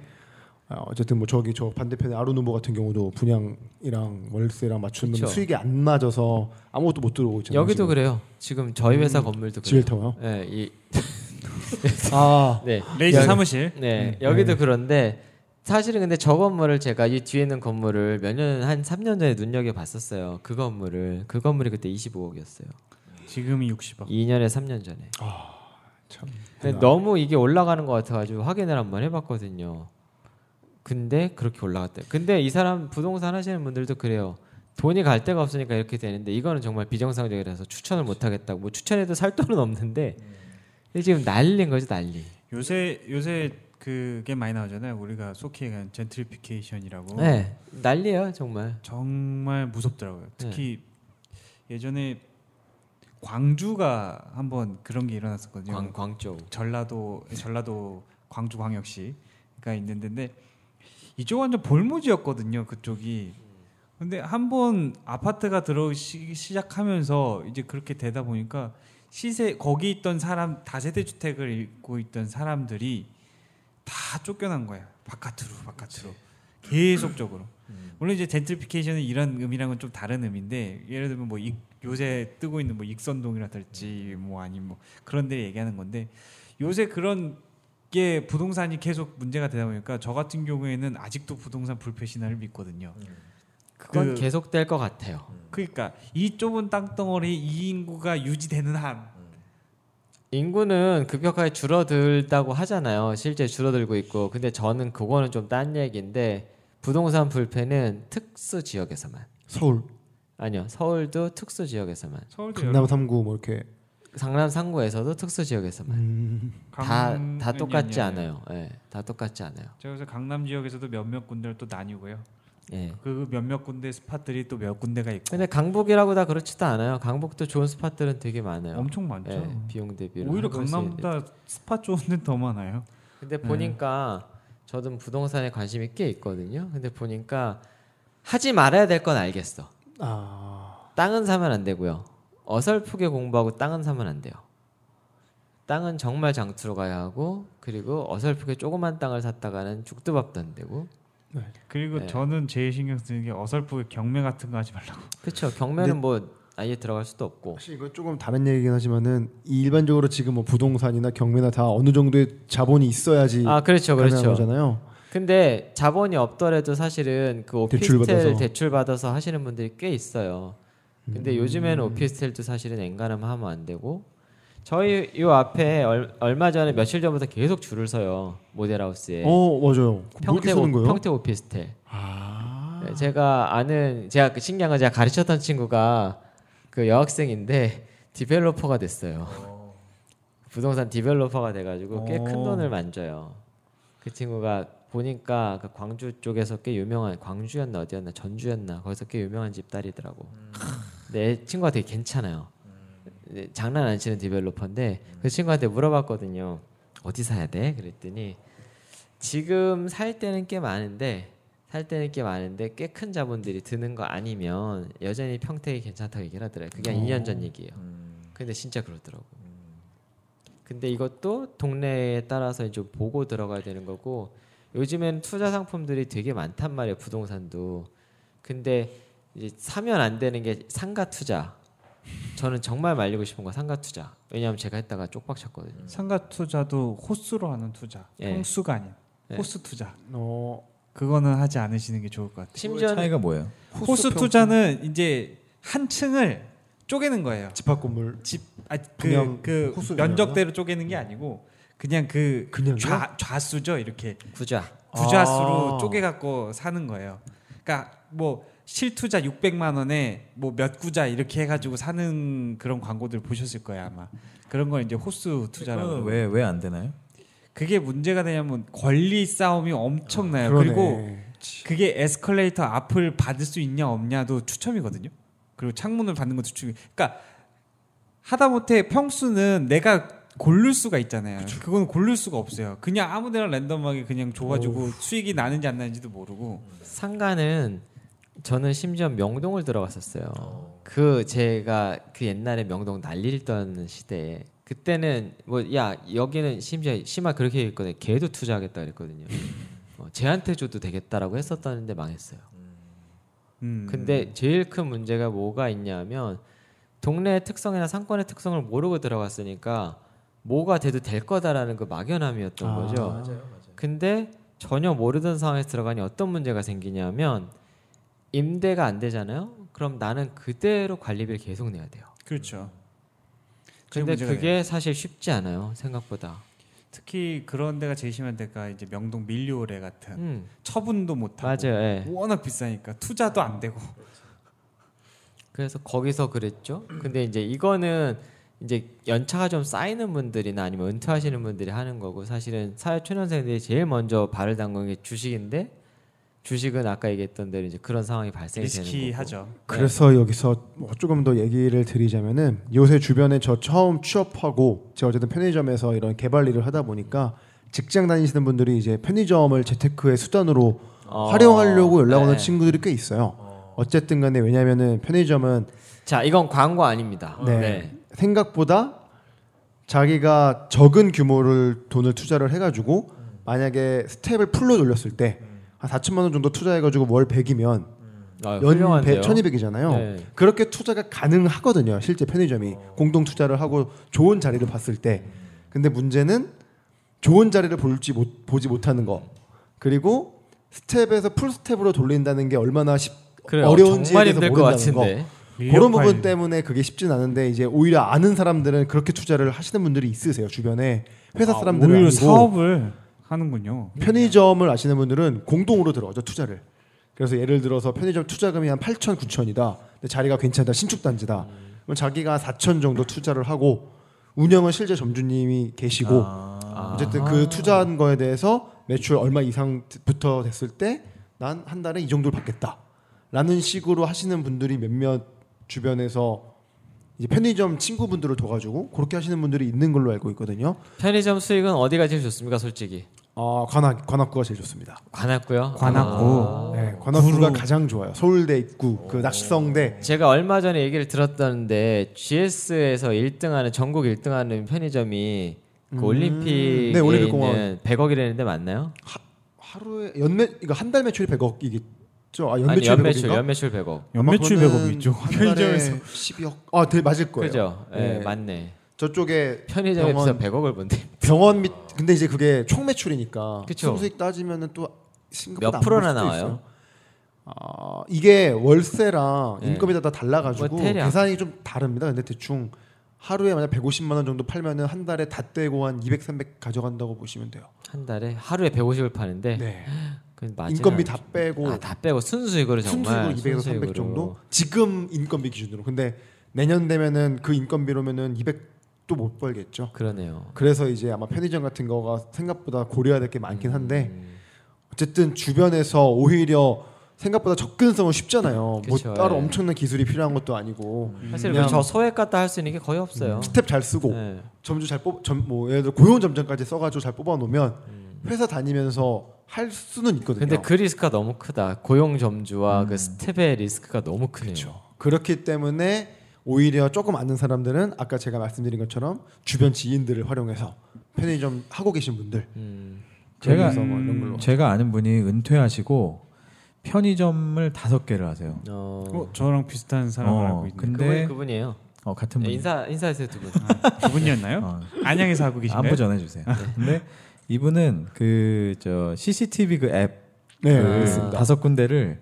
아, 어쨌든 뭐 저기 저 반대편에 아루누보 같은 경우도 분양이랑 월세랑 맞추는
그쵸.
수익이 안 맞아서 아무것도 못 들어오고 있잖아요.
여기도 그래요. 지금 저희 회사 건물도 그래요.
음. 지엘타워요.
예, 이,
아
네.
레이저
야,
사무실.
네, 여기도 그런데 사실은 근데 저 건물을 제가 이 뒤에 있는 건물을 몇 년 한 3년 전에 눈여겨 봤었어요. 그 건물을 그 건물이 그때 25억이었어요.
지금이 60억.
2년에 3년 전에.
참.
근데 너무 이게 올라가는 것 같아가지고 확인을 한번 해봤거든요. 근데 그렇게 올라갔대. 근데 이 사람 부동산 하시는 분들도 그래요. 돈이 갈 데가 없으니까 이렇게 되는데 이거는 정말 비정상적이라서 추천을 못 하겠다고. 뭐 추천해도 살 돈은 없는데 근데 지금 난리인 거지 난리.
요새 요새 그게 많이 나오잖아요. 우리가 속히 얘기하는 젠트리피케이션이라고.
네, 난리예요 정말.
정말
네.
무섭더라고요. 특히 예전에 광주가 한번 그런 게 일어났었거든요.
광, 광쪽.
전라도 전라도 광주 광역시가 있는데 이쪽 완전 볼모지였거든요 그쪽이 근데 한번 아파트가 들어오기 시작하면서 이제 그렇게 되다 보니까 시세 거기 있던 사람 다세대 주택을 입고 있던 사람들이 다 쫓겨난 거예요 바깥으로 바깥으로 계속적으로 물론 이제 젠트리피케이션은 이런 의미랑은 좀 다른 의미인데 예를 들면 뭐 익- 요새 뜨고 있는 뭐 익선동이라든지 뭐 아니면 뭐 그런 데 얘기하는 건데 요새 그런 게 부동산이 계속 문제가 되다 보니까 저 같은 경우에는 아직도 부동산 불패 신화를 믿거든요.
음. 그건
그-
계속 될 것 같아요.
그러니까 이 좁은 땅덩어리 이 인구가 유지되는 한
인구는 급격하게 줄어들다고 하잖아요. 실제 줄어들고 있고. 근데 저는 그거는 좀 딴 얘기인데 부동산 불패는 특수 지역에서만.
서울
아니요. 서울도 특수 지역에서만.
서울도
강남 3구 뭐 이렇게
상남 상구에서도 특수 지역에서만.
음.
다, 다 똑같지 않아요. 예. 다 똑같지 않아요.
제가 그래서 강남 지역에서도 몇몇 군데를 또 나뉘고요.
예.
그 몇몇 군데 스팟들이 또 몇 군데가 있고
근데 강북이라고 다 그렇지도 않아요. 강북도 좋은 스팟들은 되게 많아요.
엄청 많죠.
예, 비용 대비로
오히려
한국에서
강남보다 스팟 좋은 데는 더 많아요.
음.
근데 보니까 저도 부동산에 관심이 꽤 있거든요. 근데 보니까 하지 말아야 될 건 알겠어.
아
땅은 사면 안 되고요. 어설프게 공부하고 땅은 사면 안 돼요. 땅은 정말 장투로 가야 하고 그리고 어설프게 조그만 땅을 샀다가는 죽도밥도 안 되고
그리고
네.
저는 제일 신경 쓰는 게 어설프게 경매 같은 거 하지 말라고.
그렇죠. 경매는 뭐 아예 들어갈 수도 없고
사실 이건 조금 다른 얘기긴 하지만은 이 일반적으로 지금 뭐 부동산이나 경매나 다 어느 정도의 자본이 있어야지
아 그렇죠
가능한
그렇죠.
거잖아요.
근데 자본이 없더라도 사실은 그 오피스텔
대출받아서.
대출 받아서 하시는 분들이 꽤 있어요. 근데
음.
요즘에는 오피스텔도 사실은 엔간하면 하면 안 되고 저희 요 앞에 얼, 얼마 전에 며칠 전부터 계속 줄을 서요 모델하우스에
어 맞아요.
예.
평택
평택,
쓰는
오,
거예요?
평택 오피스텔.
아
네, 제가 아는 제가 그 신기한 건 제가 가르쳤던 친구가 그 여학생인데 디벨로퍼가 됐어요. 부동산 디벨로퍼가 돼가지고 꽤 큰
어.
돈을 만져요. 그 친구가 보니까 그 광주 쪽에서 꽤 유명한 광주였나 어디였나 전주였나 거기서 꽤 유명한 집딸이더라고. 내 친구가 되게 괜찮아요. 네, 장난 안 치는 디벨로퍼인데 그 친구한테 물어봤거든요. 어디 사야 돼? 그랬더니 지금 살 때는 꽤 많은데 살 때는 꽤 많은데 꽤 큰 자본들이 드는 거 아니면 여전히 평택이 괜찮다고 얘기를 하더래. 요 그게 한 2년 전 얘기예요. 근데 진짜 그렇더라고. 근데 이것도 동네에 따라서 이제 보고 들어가야 되는 거고 요즘엔 투자 상품들이 되게 많단 말이에요 부동산도. 근데 이제 사면 안 되는 게 상가 투자. 저는 정말 말리고 싶은 거 상가 투자. 왜냐하면 제가 했다가 쪽박쳤거든요.
상가 투자도 호수로 하는 투자,
예.
평수가 아닌
예.
호수 투자.
어,
그거는 하지 않으시는 게 좋을 것 같아요.
심지어
차이가 뭐예요?
호수, 투자는 이제 한 층을 쪼개는 거예요.
네,
집합 건물
집아그
그냥
그
호수
면적대로 쪼개는 게 아니고 그냥 그
그냥요?
좌, 좌수죠 이렇게
구자.
부자수로
아.
쪼개 갖고 사는 거예요. 그러니까 뭐 실투자 600만 원에 뭐 몇 구자 이렇게 해가지고 사는 그런 광고들 보셨을 거예요 아마 그런 건 이제 호수 투자라고 그러고.
왜왜 안 되나요?
그게 문제가 되냐면 권리 싸움이 엄청나요.
그러네.
그리고 그게 에스컬레이터 앞을 받을 수 있냐 없냐도 추첨이거든요. 그리고 창문을 받는 것도 추첨. 그러니까 하다못해 평수는 내가 고를 수가 있잖아요. 그건 고를 수가 없어요. 그냥 아무데나 랜덤하게 그냥 줘가지고 수익이 나는지 안 나는지도 모르고.
상가는 저는 심지어 명동을 들어갔었어요. 그 제가 그 옛날에 명동 난리를 떠는 시대에 그때는 뭐 야 여기는 심지어 심하 그렇게 했거든요. 걔도 투자하겠다 그랬거든요. 어, 쟤한테 줘도 되겠다라고 했었다는데 망했어요.
음.
근데 제일 큰 문제가 뭐가 있냐면 동네의 특성이나 상권의 특성을 모르고 들어갔으니까 뭐가 돼도 될 거다라는 그 막연함이었던
아.
거죠. 근데 전혀 모르던 상황에서 들어가니 어떤 문제가 생기냐면 임대가 안 되잖아요. 그럼 나는 그대로 관리비를 계속 내야 돼요.
그렇죠. 제일
근데
문제가
그게 사실 쉽지 않아요. 생각보다.
특히 그런 데가 제일 심한 데가 이제 명동 밀리오레 같은
음,
처분도 못하고
맞아요. 예.
워낙 비싸니까 투자도 안 되고.
그래서 거기서 그랬죠. 근데 이제 이거는 이제 연차가 좀 쌓이는 분들이나 아니면 은퇴하시는 분들이 하는 거고 사실은 사회 초년생들이 제일 먼저 발을 담그는 게 주식인데 주식은 아까 얘기했던 대로 이제 그런 상황이 발생이 되는 거고.
리스키하죠.
그래서
네.
여기서 뭐 조금 더 얘기를 드리자면은 요새 주변에 저 처음 취업하고 제가 어쨌든 편의점에서 이런 개발 일을 하다 보니까 직장 다니시는 분들이 이제 편의점을 재테크의 수단으로
어,
활용하려고 연락 오는
네.
친구들이 꽤 있어요. 어쨌든 간에 왜냐면은 편의점은
자, 이건 광고 아닙니다.
네. 생각보다 자기가 적은 규모를 돈을 투자를 해가지고 만약에 스텝을 풀로 돌렸을 때 한 4천만 원 정도 투자해가지고 월 100이면
아유,
연
훌륭한데요.
100, 1200이잖아요.
네. 어.
그렇게 투자가 가능하거든요. 실제 편의점이 공동 투자를 하고 좋은 자리를 봤을 때. 근데 문제는 좋은 자리를 볼지 못, 보지 못하는 거. 그리고 스텝에서 풀 스텝으로 돌린다는 게 얼마나 쉽,
그래요.
어려운지에
정말
대해서
힘들
모른다는
것
거.
같은데.
그런 부분 때문에 그게 쉽진 않은데 이제 오히려 아는 사람들은 그렇게 투자를 하시는 분들이 있으세요 주변에 회사 사람들은
오히려
아니고
사업을 하는군요.
편의점을 아시는 분들은 공동으로 들어가죠 투자를 그래서 예를 들어서 편의점 투자금이 한 8천 9천이다 근데 자리가 괜찮다 신축 단지다 그럼 자기가 4천 정도 투자를 하고 운영은 실제 점주님이 계시고 어쨌든 그 투자한 거에 대해서 매출 얼마 이상부터 됐을 때 난 한 달에 이 정도를 받겠다 라는 식으로 하시는 분들이 몇몇 주변에서 이제 편의점 친구분들을 둬가지고 그렇게 하시는 분들이 있는 걸로 알고 있거든요.
편의점 수익은 어디가 제일 좋습니까, 솔직히?
아 관악 관악구가 제일 좋습니다.
관악구요.
관악구.
아. 어.
네, 관악구가
구로.
가장 좋아요. 서울대 입구, 그 낙성대.
제가 얼마 전에 얘기를 들었다는데 GS에서 1등하는 전국 1등하는 편의점이 그
음.
올림픽에
네, 올림픽공원.
있는 100억이라는데 맞나요?
하루에 연매 이거 한 달 매출이 100억이겠죠. 아,
아니
연매출
연매출
100억인가?
연매출 100억.
연매출 100억이죠.
어, 편의점에서 12억. 아, 되게 맞을 거예요.
그죠? 예,
네.
맞네.
저쪽에
편의점에서
병원-
100억을 본대.
병원 밑 근데 이제 그게 총 매출이니까
그쵸.
순수익 따지면은 또 생각보다
몇
안
프로나
벌 수도
나와요?
있어요. 아, 이게 월세랑
네.
인건비가 다 달라가지고
뭐 대략.
계산이 좀 다릅니다. 근데 대충 하루에 만약 150만 원 정도 팔면은 한 달에 다 떼고 한 200, 300 가져간다고 보시면 돼요.
한 달에 하루에 150을 파는데
네.
그 마진을
인건비
안-
다 빼고
아, 다 빼고 순수익으로
순수익으로
정말
200에서 300 정도. 지금 인건비 기준으로. 근데 내년 되면은 그 인건비로면은 200도 못 벌겠죠.
그러네요.
그래서 이제 아마 편의점 같은 거가 생각보다 고려해야 될 게 많긴 한데
음.
어쨌든 주변에서 오히려 생각보다 접근성은 쉽잖아요. 뭐
그쵸,
따로
예.
엄청난 기술이 필요한 것도 아니고
사실
음. 그냥-
저 소액가다 할 수 있는 게 거의 없어요.
스텝 잘 쓰고
네.
점주 잘 뽑, 점, 뭐 예를 들어 고용 점장까지 써가지고 잘 뽑아 놓으면 회사 다니면서 할 수는
음.
있거든요. 음.
근데 그 리스크가 너무 크다. 고용 점주와 그 스텝의 리스크가 너무 크네요.
그렇죠. 그렇기 때문에 오히려 조금 아는 사람들은 아까 제가 말씀드린 것처럼 주변 지인들을 활용해서 편의점 하고 계신 분들
음.
제가
그래서 뭐 이런 걸로.
제가 아는 분이 은퇴하시고 편의점을 다섯 개를 하세요.
어.
어, 저랑 비슷한 사람을
어,
알고 있는데
근데
그분이 그분이에요.
어, 같은
네,
분
인사 인사하세요 두 분.
그분이었나요?
어.
안양에서 하고
아,
계신가요?
안부 전해주세요.
네.
근데 이분은 그 저 CCTV 그 앱
네,
아.
그
그렇습니다.
다섯 군데를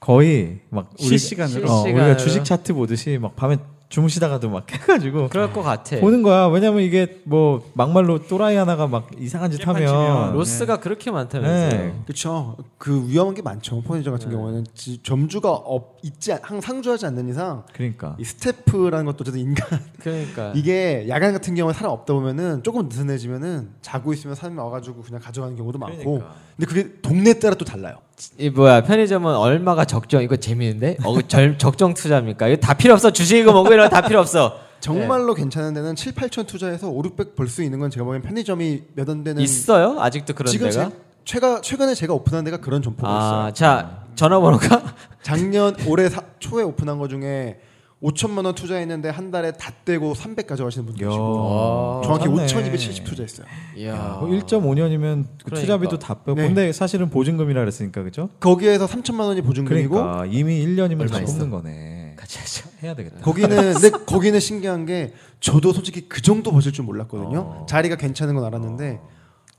거의 막 우리,
실시간으로
어, 우리가
실시간으로.
주식 차트 보듯이 막 밤에 주무시다가도 막 해가지고
그럴 것 같아.
어, 보는 거야. 왜냐면 이게 뭐 막말로 또라이 하나가 막 이상한 짓
깻판
하면
치면
어, 로스가 그렇게 많다면서요.
네.
그렇죠. 그 위험한 게 많죠. 편의점
네.
같은 경우에는 지- 점주가 없, 있지 않- 항 상주하지 않는 이상
그러니까
이 스태프라는 것도 어쨌든 인간
그러니까
이게 야간 같은 경우에 사람 없다 보면은 조금 느슨해지면은 자고 있으면 사람이 와가지고 그냥 가져가는 경우도 많고
그러니까.
근데 그게 동네 따라 또 달라요.
이 뭐야 편의점은 얼마가 적정 이거 재밌는데 어, 절, 적정 투자입니까? 이거 다 필요 없어 주식이고 뭐고 이런 거 다 필요 없어 네.
정말로 괜찮은 데는 7, 8천 투자해서 5, 600 벌 수 있는 건 제가 보기엔 편의점이 몇 안 되는
있어요 아직도 그런
지금
데가?
제, 최가 최근에 제가 오픈한 데가 그런 점포가 있어요.
아자 전화번호가
작년 올해 사- 초에 오픈한 거 중에 5천만 원 투자했는데 한 달에 다 떼고 아, 300 가져가시는 분도
야.
계시고
아,
정확히
괜찮네.
5,270 투자했어요.
이야.
1.5년이면
그러니까.
투자비도 다 빼고
네.
근데 사실은 보증금이라 그랬으니까 그죠?
거기에서 3천만 원이 보증금이고
그러니까 이미 1년이면
얼마
다
있어?
뽑는 거네.
같이 하자.
해야 되겠다.
거기는 근데 거기는 신기한 게 저도 솔직히 그 정도 버실 줄 몰랐거든요.
어.
자리가 괜찮은 건 알았는데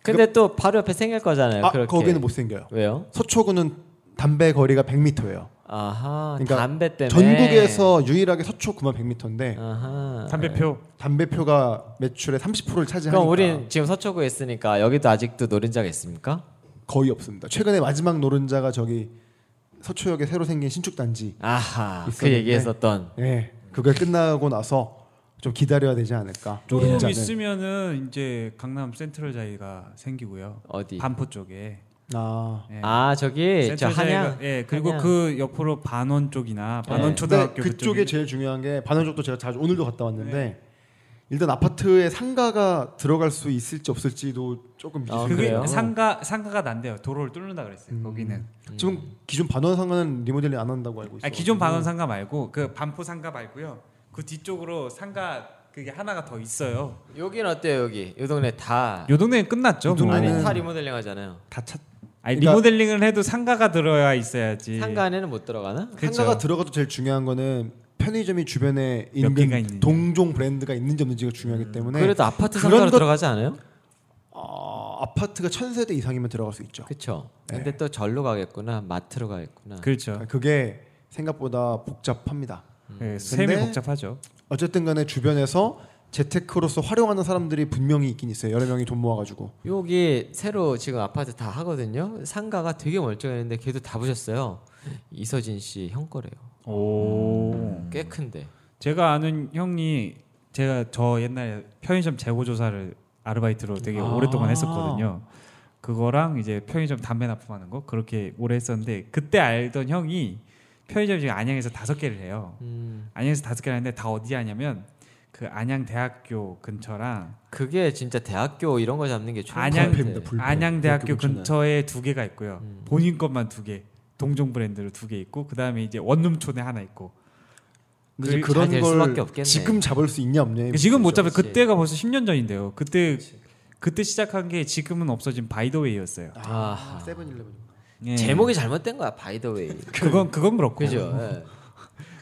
근데 또 바로 옆에 생길 거잖아요
아
어. 네, 그렇게
거기는 못 생겨요.
왜요?
서초구는 담배 거리가 100m예요.
아하
그러니까
담배 때문에 어.
전국에서 유일하게 서초구만 100m인데
아하
담배표
네. 담배표가 매출의 30%를 차지하니까
그럼 우린 지금 서초구에 있으니까 여기도 아직도 노른자가 있습니까?
거의 없습니다. 최근에 마지막 노른자가 저기 서초역에 새로 생긴 신축 단지.
아하 그
있었는데.
얘기했었던
예. 그게 끝나고 나서 좀 기다려야 되지 않을까?
조금
노른자는.
있으면은 이제 강남 센트럴 자이가 생기고요.
어디
반포 쪽에.
아.
예.
아 저기 저
센트럴
한양
자이가- 예 그리고
한양.
그 옆으로 반원 쪽이나 반원
네.
근데
초등학교
그러니까 그쪽에
그쪽이-
제일 중요한 게 반원쪽도 제가 자주 오늘도 갔다 왔는데
네.
일단 아파트에 상가가 들어갈 수 있을지 없을지도 조금
아,
미지수예요.
그게
그래요?
상가 상가가 난대요. 도로를 뚫는다
음.
그랬어요. 거기는.
지금 기존 반원 상가는 리모델링 안 한다고 알고 있어요.
아, 기존 방언 상가 말고 그 반포 상가 말고요. 그 뒤쪽으로 상가 그게 하나가 더 있어요.
여긴 어때요 여기 요 동네 다
요 동네는 끝났죠.
요 아. 동네는-
뭐.
아니 다 리모델링 하잖아요
다 차,
아니
그러니까-
리모델링을 해도 상가가 들어야 있어야지.
상가 안에는 못 들어가나?
그쵸.
상가가 들어가도 제일 중요한 거는 편의점이 주변에
몇 개가
있는
있는지.
동종 브랜드가 있는지 없는지가 중요하기 때문에
그래도 아파트
네. 그런
상가로
것-
들어가지 않아요?
어, 아파트가 천 세대 이상이면 들어갈 수 있죠.
그렇죠. 근데 또 절로 가겠구나, 마트로 가겠구나.
그렇죠.
그게 생각보다 복잡합니다.
예, 셈이
음. 근데-
복잡하죠.
어쨌든간에 주변에서 재테크로서 활용하는 사람들이 분명히 있긴 있어요. 여러 명이 돈 모아가지고
여기 새로 지금 아파트 다 하거든요. 상가가 되게 멀쩡했는데 걔도 다 보셨어요. 이서진 씨 형 거래요.
오.
꽤 큰데.
제가 아는 형이 제가 저 옛날에 편의점 재고 조사를 아르바이트로 되게
아.
오랫동안 했었거든요. 그거랑 이제 편의점 담배 납품하는 거 그렇게 오래 했었는데 그때 알던 형이 편의점 지금 안양에서 다섯 개를 해요.
음,
안양에서 다섯 개를 하는데 다 어디 하냐면 그 안양 대학교 근처랑
그게 진짜 대학교 이런 거 잡는 게 최고.
안양-
불패입니다, 음. 불패.
안양 대학교
대학교 근처네.
근처에 두 개가 있고요. 본인 것만 두 개. 동종 브랜드로 두 개 있고 그 다음에 이제 원룸촌에 하나 있고
근데
그-
이제
잘될
그런 걸
수밖에 없겠네.
지금 잡을 수 있냐 없냐
네, 지금 못 잡아요.
그렇지.
그때가 벌써 10년 전인데요. 그때 그때 시작한 게 지금은 없어진 바이더웨이였어요.
아,
세븐일레븐
예.
제목이 잘못된 거야 바이더웨이.
그건 그건 그렇고.
그죠? 예.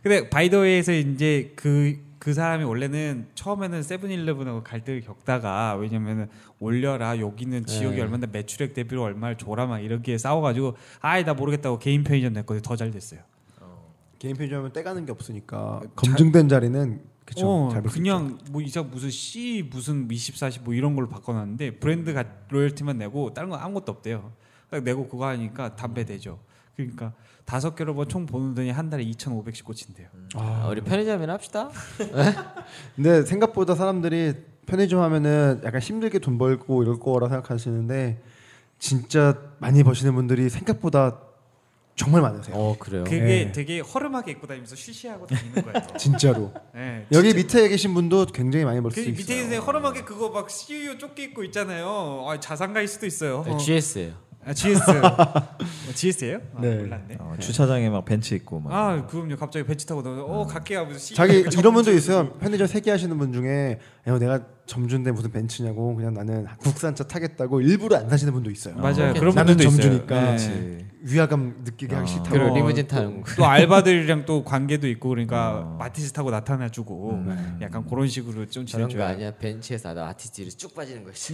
근데 바이더웨이에서 이제 그 그 사람이 원래는 처음에는 세븐일레븐하고 갈등을 겪다가 왜냐면은 올려라 여기는 지역이
네.
얼마인데 매출액 대비로 얼마를 줘라 막 이렇게 싸워가지고 아이 나 모르겠다고 개인 편의점 냈거든요 더 잘 됐어요.
개인 편의점은 떼가는 게 없으니까 검증된 자리는 그쵸
어,
잘 볼수 있죠.
그냥 뭐 이자 무슨 C 무슨 미14시 뭐 이런 걸로 바꿔놨는데 브랜드 가 로열티만 내고 다른 건 아무것도 없대요. 딱 내고 그거 하니까 담배 되죠. 그러니까 다섯 개로 뭐총 보는 돈이 한 달에 2,500씩 꽂힌대요.
아, 우리 편의점이나 합시다.
근데 생각보다 사람들이 편의점 하면은 약간 힘들게 돈 벌고 이럴 거라 생각하시는데 진짜 많이 버시는 분들이 생각보다 정말 많으세요.
어 그래요.
그게
네.
되게 허름하게 입고 다니면서 쉬쉬하고 다니는 거예요.
진짜로.
네.
여기 밑에 계신 분도 굉장히 많이 벌
그
수 있어요.
밑에 있는 허름하게 그거 막 CEO 조끼 입고 있잖아요. 아, 자산가일 수도 있어요.
네, GS예요.
아, GS. GS예요? 아,
네. 뭐.
몰랐네.
어, 주차장에 막 벤치 있고 막.
아, 그럼요. 갑자기 벤치 타고 나서 어, 갈게요. 하면서 CEO
아. 자기
그
이런 분도
전문적으로
있어요. 편의점 세개 하시는 분 중에 야, 내가 점주인데 무슨 벤츠냐고 그냥 나는 국산차 타겠다고 일부러 안 사시는 분도 있어요.
맞아요.
어,
그런
나는
분들도
점주니까.
있어요. 네.
그렇지.
위화감 느끼게
아.
하기 싫다고.
그리고
어,
리무진 타는 거.
또 알바들이랑 또 관계도 있고 그러니까
어.
마티즈타고 나타나주고
음.
네.
약간 그런 식으로 좀
저런 거
지내줘요.
아니야 벤치에서 나 아티스트로 쭉 빠지는 거 있어.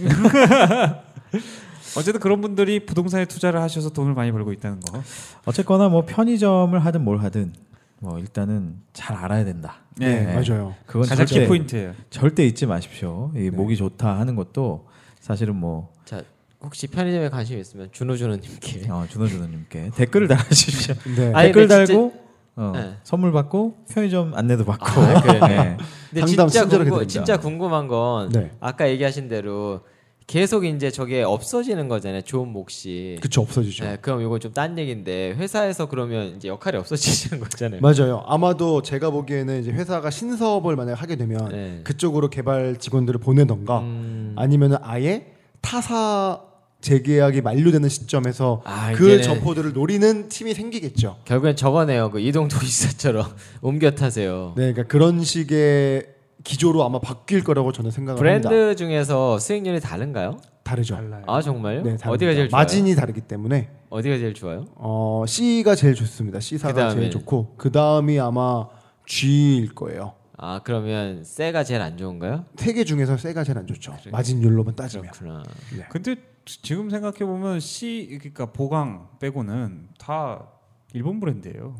어쨌든 그런 분들이 부동산에 투자를 하셔서 돈을 많이 벌고 있다는 거.
어쨌거나 뭐 편의점을 하든 뭘 하든 뭐 일단은 잘 알아야 된다.
네,
네.
맞아요.
그건
가장
절대
키 포인트예요.
절대 잊지 마십시오. 이 목이 좋다 하는 것도 사실은 뭐
자 혹시 편의점에 관심 있으면 준호준호님께.
어, 준호 준호님께 댓글을 달아주십시오.
근데
아니,
댓글
근데 진짜-
달고 어,
네.
선물 받고 편의점 안내도 받고.
아, 그래요?
네.
근데
상담
진짜
친절하게
궁금
드립니다.
진짜 궁금한 건
네.
아까 얘기하신 대로 계속 이제 저게 없어지는 거잖아요. 좋은 몫이.
그쵸 없어지죠.
네, 그럼 이건 좀 딴 얘기인데 회사에서 그러면 이제 역할이 없어지는
네.
거잖아요.
맞아요. 아마도 제가 보기에는 이제 회사가 신사업을 만약 하게 되면
네.
그쪽으로 개발 직원들을 보내던가
음.
아니면 아예 타사 재계약이 만료되는 시점에서
아,
그
이제는-
점포들을 노리는 팀이 생기겠죠.
결국엔 저거네요. 그 이동 도시사처럼 옮겨 타세요.
네, 그러니까 그런 식의 기조로 아마 바뀔 거라고 저는 생각을 합니다.
브랜드 중에서 수익률이 다른가요?
다르죠.
아 정말요?
네, 다릅니다.
어디가 제일 좋아요?
마진이 다르기 때문에
어디가 제일 좋아요?
어, C가 제일 좋습니다. C사가
그다음에-
제일 좋고 그 다음이 아마 G일 거예요.
아 그러면 세가 제일 안 좋은가요?
세 개 중에서 세가 제일 안 좋죠. 마진율로만 따지면.
그렇구나.
네.
근데 지금 생각해 보면 C 그러니까 보강 빼고는 다 일본 브랜드예요.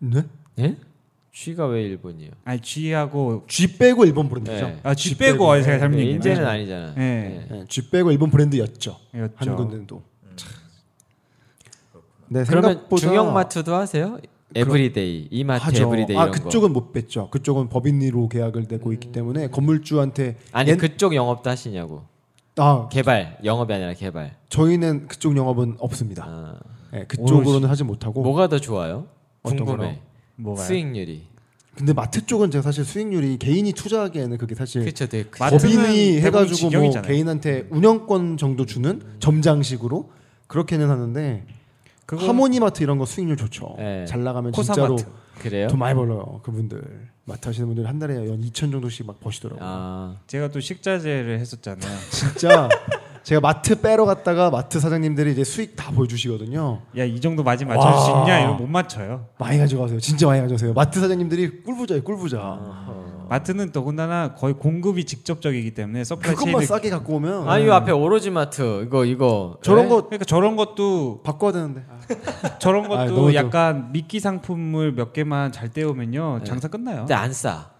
네?
예? G가 왜 일본이에요?
아니 G하고
G 빼고 일본 브랜드죠.
네.
아, G 빼고 아, 제가 잘못
네,
얘기했네.
인제는 아니잖아.
네.
네, G 빼고 일본 브랜드였죠.
이었죠.
그렇죠.
한 군데도. 네,
그러면
생각보다
중형마트도 하세요? 에브리데이, 이마트
하죠.
에브리데이
아
이런 거. 음.
그쪽은 못 뺐죠. 그쪽은 법인으로 계약을 내고 있기 때문에 건물주한테
아니
옛-
그쪽 영업도 하시냐고.
아
개발, 영업이 아니라 개발.
저희는 그쪽 영업은 없습니다.
아,
네, 그쪽으로는 하지 못하고
뭐가 더 좋아요?
어떤
궁금해.
뭐가요?
수익률이.
근데 마트 쪽은 제가 사실 수익률이 개인이 투자하기에는 그게 사실
그렇죠, 되게 크
마트는
법인이
대부분
해가지고 뭐
직영이잖아요.
개인한테 운영권 정도 주는 점장식으로 그렇게는 하는데
그거 예.
하모니마트 이런 거 수익률 좋죠.
네.
잘 나가면
코사마트.
진짜로
그래요?
돈 많이 벌어요 그분들 마트 하시는 분들 한 달에 연 2천 정도씩 막 버시더라고요.
아,
제가 또 식자재를 했었잖아요.
진짜 제가 마트 빼러 갔다가 마트 사장님들이 이제 수익 다 보여주시거든요.
야, 이 정도 마진 맞출 수
와.
있냐? 이러면 못 맞춰요.
많이 가져가세요. 진짜 많이 가져가세요. 마트 사장님들이 꿀부자예요
아.
꿀부자.
마트는 더군다나 거의 공급이 직접적이기 때문에 서플라이 체인
그것만 싸게 갖고 오면
아, 이 앞에 오로지마트 이거 이거
저런 거
그러니까 저런 것도
바꿔야 되는데
저런
아, 너무
것도
좀-
약간 미끼 상품을 몇 개만 잘 떼우면요
네.
장사 끝나요.
근데 안 싸.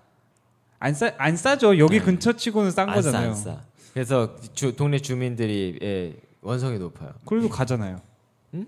안 싸 안 싸죠. 여기
네.
근처치고는 싼
안 싸,
거잖아요.
안 싸. 그래서 주, 동네 주민들이 예, 원성이 높아요.
그래도 가잖아요.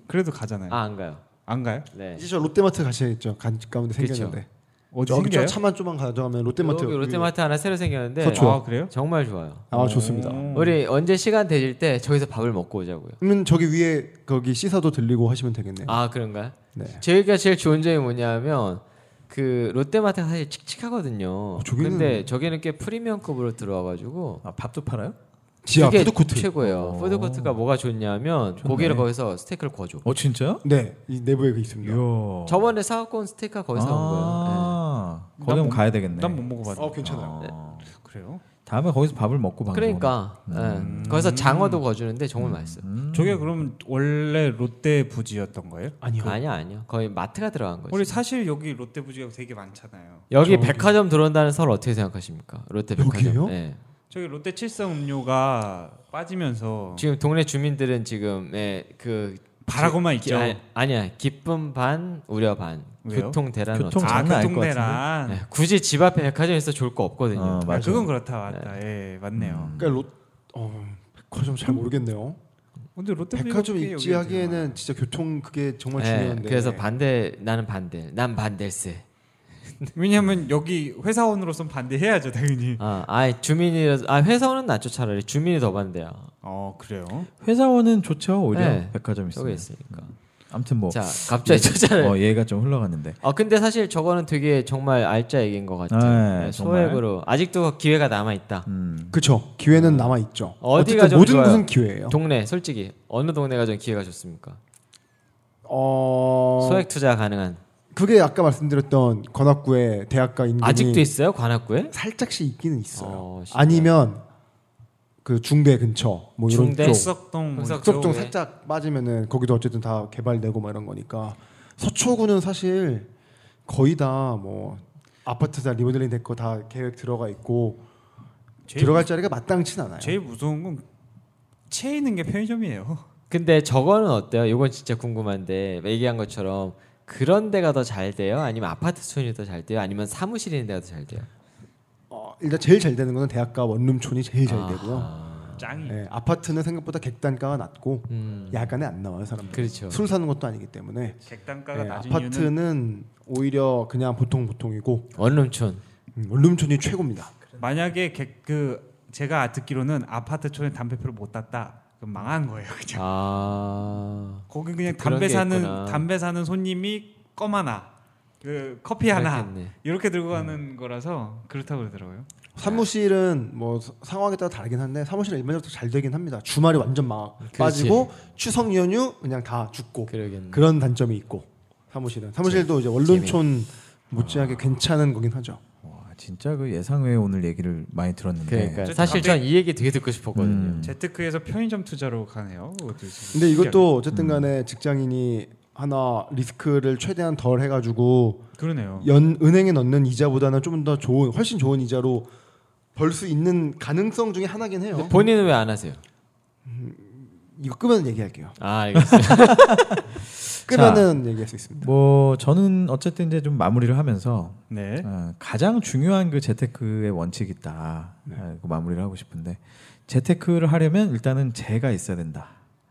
그래도
네.
가잖아요.
아, 안 가요.
안 가요?
네.
이제 저 롯데마트 가셔야겠죠. 간 가운데
그쵸.
생겼는데.
어디
여기 저
생겨요?
차만 좀만 가져가면 롯데마트
여기 롯데마트 음. 하나 새로 생겼는데
서초.
아 그래요?
정말 좋아요.
아 좋습니다.
오.
우리 언제 시간 되실 때 저기서 밥을 먹고 오자고요.
그러면 저기 위에 거기 시사도 들리고 하시면 되겠네요.
아 그런가요?
네.
저희가 제일 좋은 점이 뭐냐면 그 롯데마트가 사실 칙칙하거든요.
어, 저기는-
근데 저기는 꽤 프리미엄급으로 들어와가지고
아, 밥도 팔아요?
지하
그게
푸드코트.
최고예요.
어.
푸드코트가 뭐가 좋냐면 고기를 거기서 스테이크를 구워줘.
어 진짜요?
네, 이 내부에 그 있습니다.
이야.
저번에 사갖고 온 스테이크가 거기서 나온 거예요.
아,
네.
거기
난
한번
못-
가야 되겠네.
난 못 먹어봤는데.
어, 괜찮아요.
아,
그래요?
다음에 거기서 밥을 먹고
네.
방송.
그러니까 네. 거기서 장어도 구워주는데 정말 맛있어요.
음.
저게 그럼 원래 롯데 부지였던 거예요?
아니요.
아니요 아니요. 거의 마트가 들어간 거죠.
우리 사실 여기 롯데 부지가 되게 많잖아요.
여기 백화점 들어온다는 설 어떻게 생각하십니까? 롯데 백화점.
여기요?
네.
저기 롯데 칠성 음료가 빠지면서
지금 동네 주민들은 지금 예, 그
바라고만
기,
있죠.
아니, 예. 아니야 기쁨 반 우려 반
왜요?
교통 대란
교통
어쩌-
아,
장난 아닐 것
교통대란.
네, 굳이 집 앞에 백화점 있어 좋을 거 없거든요.
어,
아,
맞아요.
그건 그렇다 맞다. 예, 맞네요.
그러니까 롯 어, 백화점
음.
잘 모르겠네요.
근데 롯데 부지가
백화점
꽤 여기 되게
입지하기에는 진짜 교통 그게 정말
네,
중요한데.
그래서 반대 나는 반대 난 반댈세.
많아요. 왜냐면 여기 회사원으로선 반대해야죠 당연히.
아, 아이 주민이라서 아 회사원은 낫죠 차라리 주민이 더 반대야.
어 그래요?
회사원은 좋죠 오히려
네.
백화점 있으면.
여기 있으니까.
아무튼 뭐
자 갑자기 저자를.
어, 얘가 좀 흘러갔는데.
아 근데 사실 저거는 되게 정말 알짜 얘기인 것 같아요.
네,
네,
정말.
소액으로 아직도 기회가 남아 있다.
음.
그쵸. 기회는 남아 있죠.
어디가 좀
모든
좋아요?
것은 기회예요.
동네 솔직히 어느 동네가 좀 기회가 좋습니까?
어
소액 투자 가능한
그게 아까 말씀드렸던 관악구의 대학가 임금이
아직도 있어요 관악구에?
살짝씩 있기는 있어요.
어, 진짜요?
아니면 그 중대 근처 뭐 이런
중대?
쪽
흑석동 뭐
흑석-
쪽좀
쪽에.
살짝 빠지면은 거기도 어쨌든 다 개발되고 막 이런 거니까 서초구는 사실 거의 다 뭐 아파트 다 리모델링 됐고 다 계획 들어가 있고
제일
들어갈 자리가 마땅치 않아요.
제일 무서운 건 채이는 게 편의점이에요.
근데 저거는 어때요? 이건 진짜 궁금한데 얘기한 것처럼 그런 데가 더 잘 돼요? 아니면 아파트 순이 더 잘 돼요? 아니면 사무실 있는 데가 더 잘 돼요?
어, 일단 제일 잘 되는 거는 대학가 원룸촌이 제일 잘
아.
되고요.
짱이.
예, 아파트는 생각보다 객단가가 낮고
음,
야간에 안 나와요 사람들.
그렇죠.
술 사는 것도 아니기 때문에
객단가가
예,
낮은 이유는
아파트는 오히려 그냥 보통 보통이고
원룸촌.
음, 원룸촌이 최고입니다.
만약에 객, 그 제가 듣기로는 아파트촌에 담배표를 못 땄다. 그럼 망한 거예요. 그냥.
아
거기 그냥
그런
담배
게
사는
있구나.
담배 사는 손님이 껌 하나, 그 커피 하나
그렇겠네. 음.
이렇게 들고 가는 거라서 그렇다고 그러더라고요.
사무실은 뭐 사- 상황에 따라 다르긴 한데 사무실은 일반적으로 잘 되긴 합니다. 주말이 완전 막
그렇지. 음.
빠지고 추석 연휴 그냥 다 죽고
그러겠네.
그런 단점이 있고 사무실은 사무실도 이제 원룸촌
아.
못지않게 괜찮은 거긴 하죠.
와 진짜 그 예상 외에 오늘 얘기를 많이 들었는데.
그러니까
저-
사실
담배-
전 이 얘기 되게 듣고 싶었거든요.
음.
재테크에서 편의점 투자로 가네요. 그것도 진짜
근데
신기하네.
이것도 어쨌든
음.
간에 직장인이 하나 리스크를 최대한 덜 해가지고
그러네요.
연 은행에 넣는 이자보다는 좀 더 좋은 훨씬 좋은 이자로 벌 수 있는 가능성 중에 하나긴 해요.
음.
근데 본인은 왜 안 하세요?
이거 끄면 얘기할게요.
아 알겠어요.
끄면은 얘기할 수 있습니다.
뭐 저는 어쨌든 이제 좀 마무리를 하면서
네.
어, 가장 중요한 그 재테크의 원칙이 있다. 아, 그 마무리를 하고 싶은데 재테크를 하려면 일단은 재가 있어야 된다.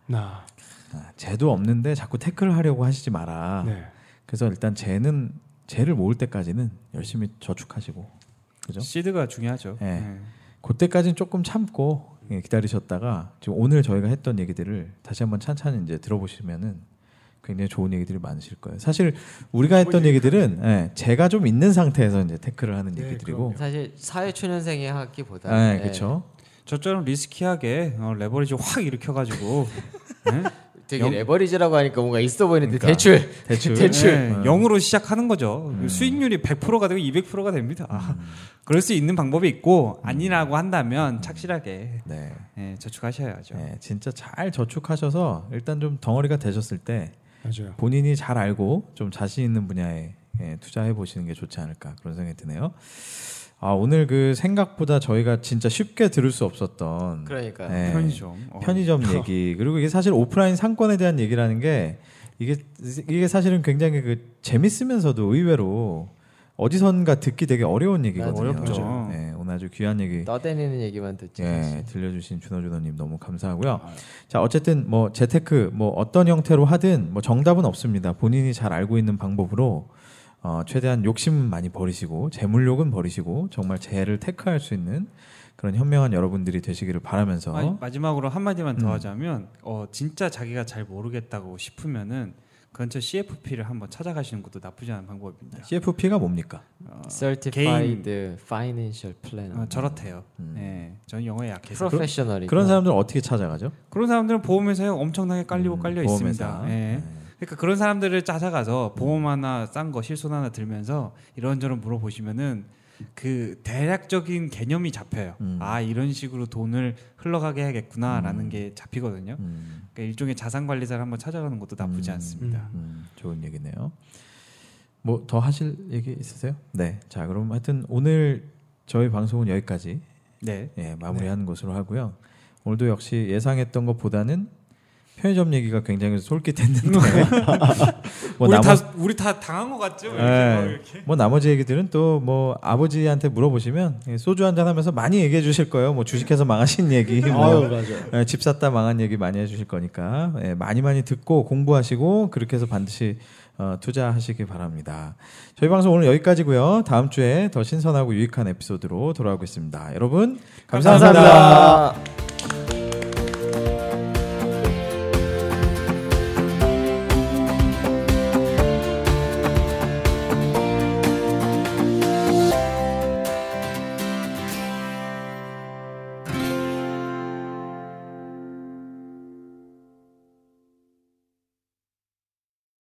나
아, 재도 없는데 자꾸 테크를 하려고 하시지 마라.
네.
그래서 일단 재는 재를 모을 때까지는 열심히 저축하시고 그죠?
시드가 중요하죠.
네.
네.
그때까지는 조금 참고 예, 기다리셨다가 지금 오늘 저희가 했던 얘기들을 다시 한번 찬찬히 이제 들어보시면은 굉장히 좋은 얘기들이 많으실 거예요. 사실 우리가 했던 얘기들은 예, 제가 좀 있는 상태에서 이제 테크를 하는
네,
얘기들이고,
사실 사회 초년생이 하기보다. 네,
예, 어. 그렇죠.
저처럼 리스키하게 어, 레버리지 확 일으켜가지고 네?
되게
영-
레버리지라고 하니까 뭔가 있어 보이는데
그러니까.
대출.
대출. 음.
대출.
네, 0으로 시작하는 거죠. 수익률이 100%가 되고 200%가 됩니다. 아, 그럴 수 있는 방법이 있고 아니라고 한다면 착실하게
네.
예,
그렇죠.
저축하셔야죠.
예, 진짜 잘 저축하셔서 일단 좀 덩어리가 되셨을 때
맞아요.
본인이 잘 알고 좀 자신 있는 분야에 예, 투자해 보시는 게 좋지 않을까 그런 생각이 드네요. 아 오늘 그 생각보다 저희가 진짜 쉽게 들을 수 없었던
그러니까.
예,
편의점. 어.
편의점 얘기 그리고 이게 사실 오프라인 상권에 대한 얘기라는 게 이게 이게 사실은 굉장히 그 재밌으면서도 의외로 어디선가 듣기 되게 어려운 얘기거든요.
어렵죠.
예, 오늘 아주 귀한 얘기
떠대니는 얘기만 듣지.
예, 들려주신 준호 준호님 너무 감사하고요.
아, 예.
자 어쨌든 뭐 재테크 뭐 어떤 형태로 하든 뭐 정답은 없습니다. 본인이 잘 알고 있는 방법으로 어, 최대한 욕심 많이 버리시고 재물욕은 버리시고 정말 재를 테크할 수 있는 그런 현명한 여러분들이 되시기를 바라면서
마- 마지막으로 한 마디만 더
음.
하자면 어, 진짜 자기가 잘 모르겠다고 싶으면은 근처 CFP를 한번 찾아가시는 것도 나쁘지 않은 방법입니다.
CFP가 뭡니까?
Certified Financial Planner.
아,
어, 저렇대요. 네, 저는 영어에 약해서 네.
프로페셔널이
음. 그런 사람들은 어떻게 찾아가죠?
그런 사람들은 보험회사에 엄청나게 깔리고
음,
깔려
보험회사. 네.
있습니다. 예. 그러니까 그런 사람들을 찾아가서 보험 하나 싼 거 실손 하나 들면서 이런저런 물어보시면은 그 대략적인 개념이 잡혀요.
음.
아 이런 식으로 돈을 흘러가게 해야겠구나라는 게 잡히거든요.
음,
그러니까 일종의 자산 관리사를 한번 찾아가는 것도 나쁘지
음.
않습니다.
음, 좋은 얘기네요. 뭐 더 하실 얘기 있으세요? 네. 자, 그럼 하여튼 오늘 저희 방송은 여기까지
네.
예, 마무리하는 것으로 하고요. 오늘도 역시 예상했던 것보다는 편의점 얘기가 굉장히 솔깃했는데 뭐,
음. 우리
나머,
다 우리 다 당한 것 같죠? 이렇게
예,
막 이렇게.
뭐 나머지 얘기들은 또 뭐 아버지한테 물어보시면 예, 소주 한잔 하면서 많이 얘기해 주실 거예요. 뭐 주식해서 망하신 얘기, 뭐
아유 맞아.
예, 집 샀다 망한 얘기 많이 해주실 거니까 예, 많이 많이 듣고 공부하시고 그렇게 해서 반드시 어, 투자하시기 바랍니다. 저희 방송 오늘 여기까지고요. 다음 주에 더 신선하고 유익한 에피소드로 돌아오겠습니다. 여러분 감사합니다.
감사합니다.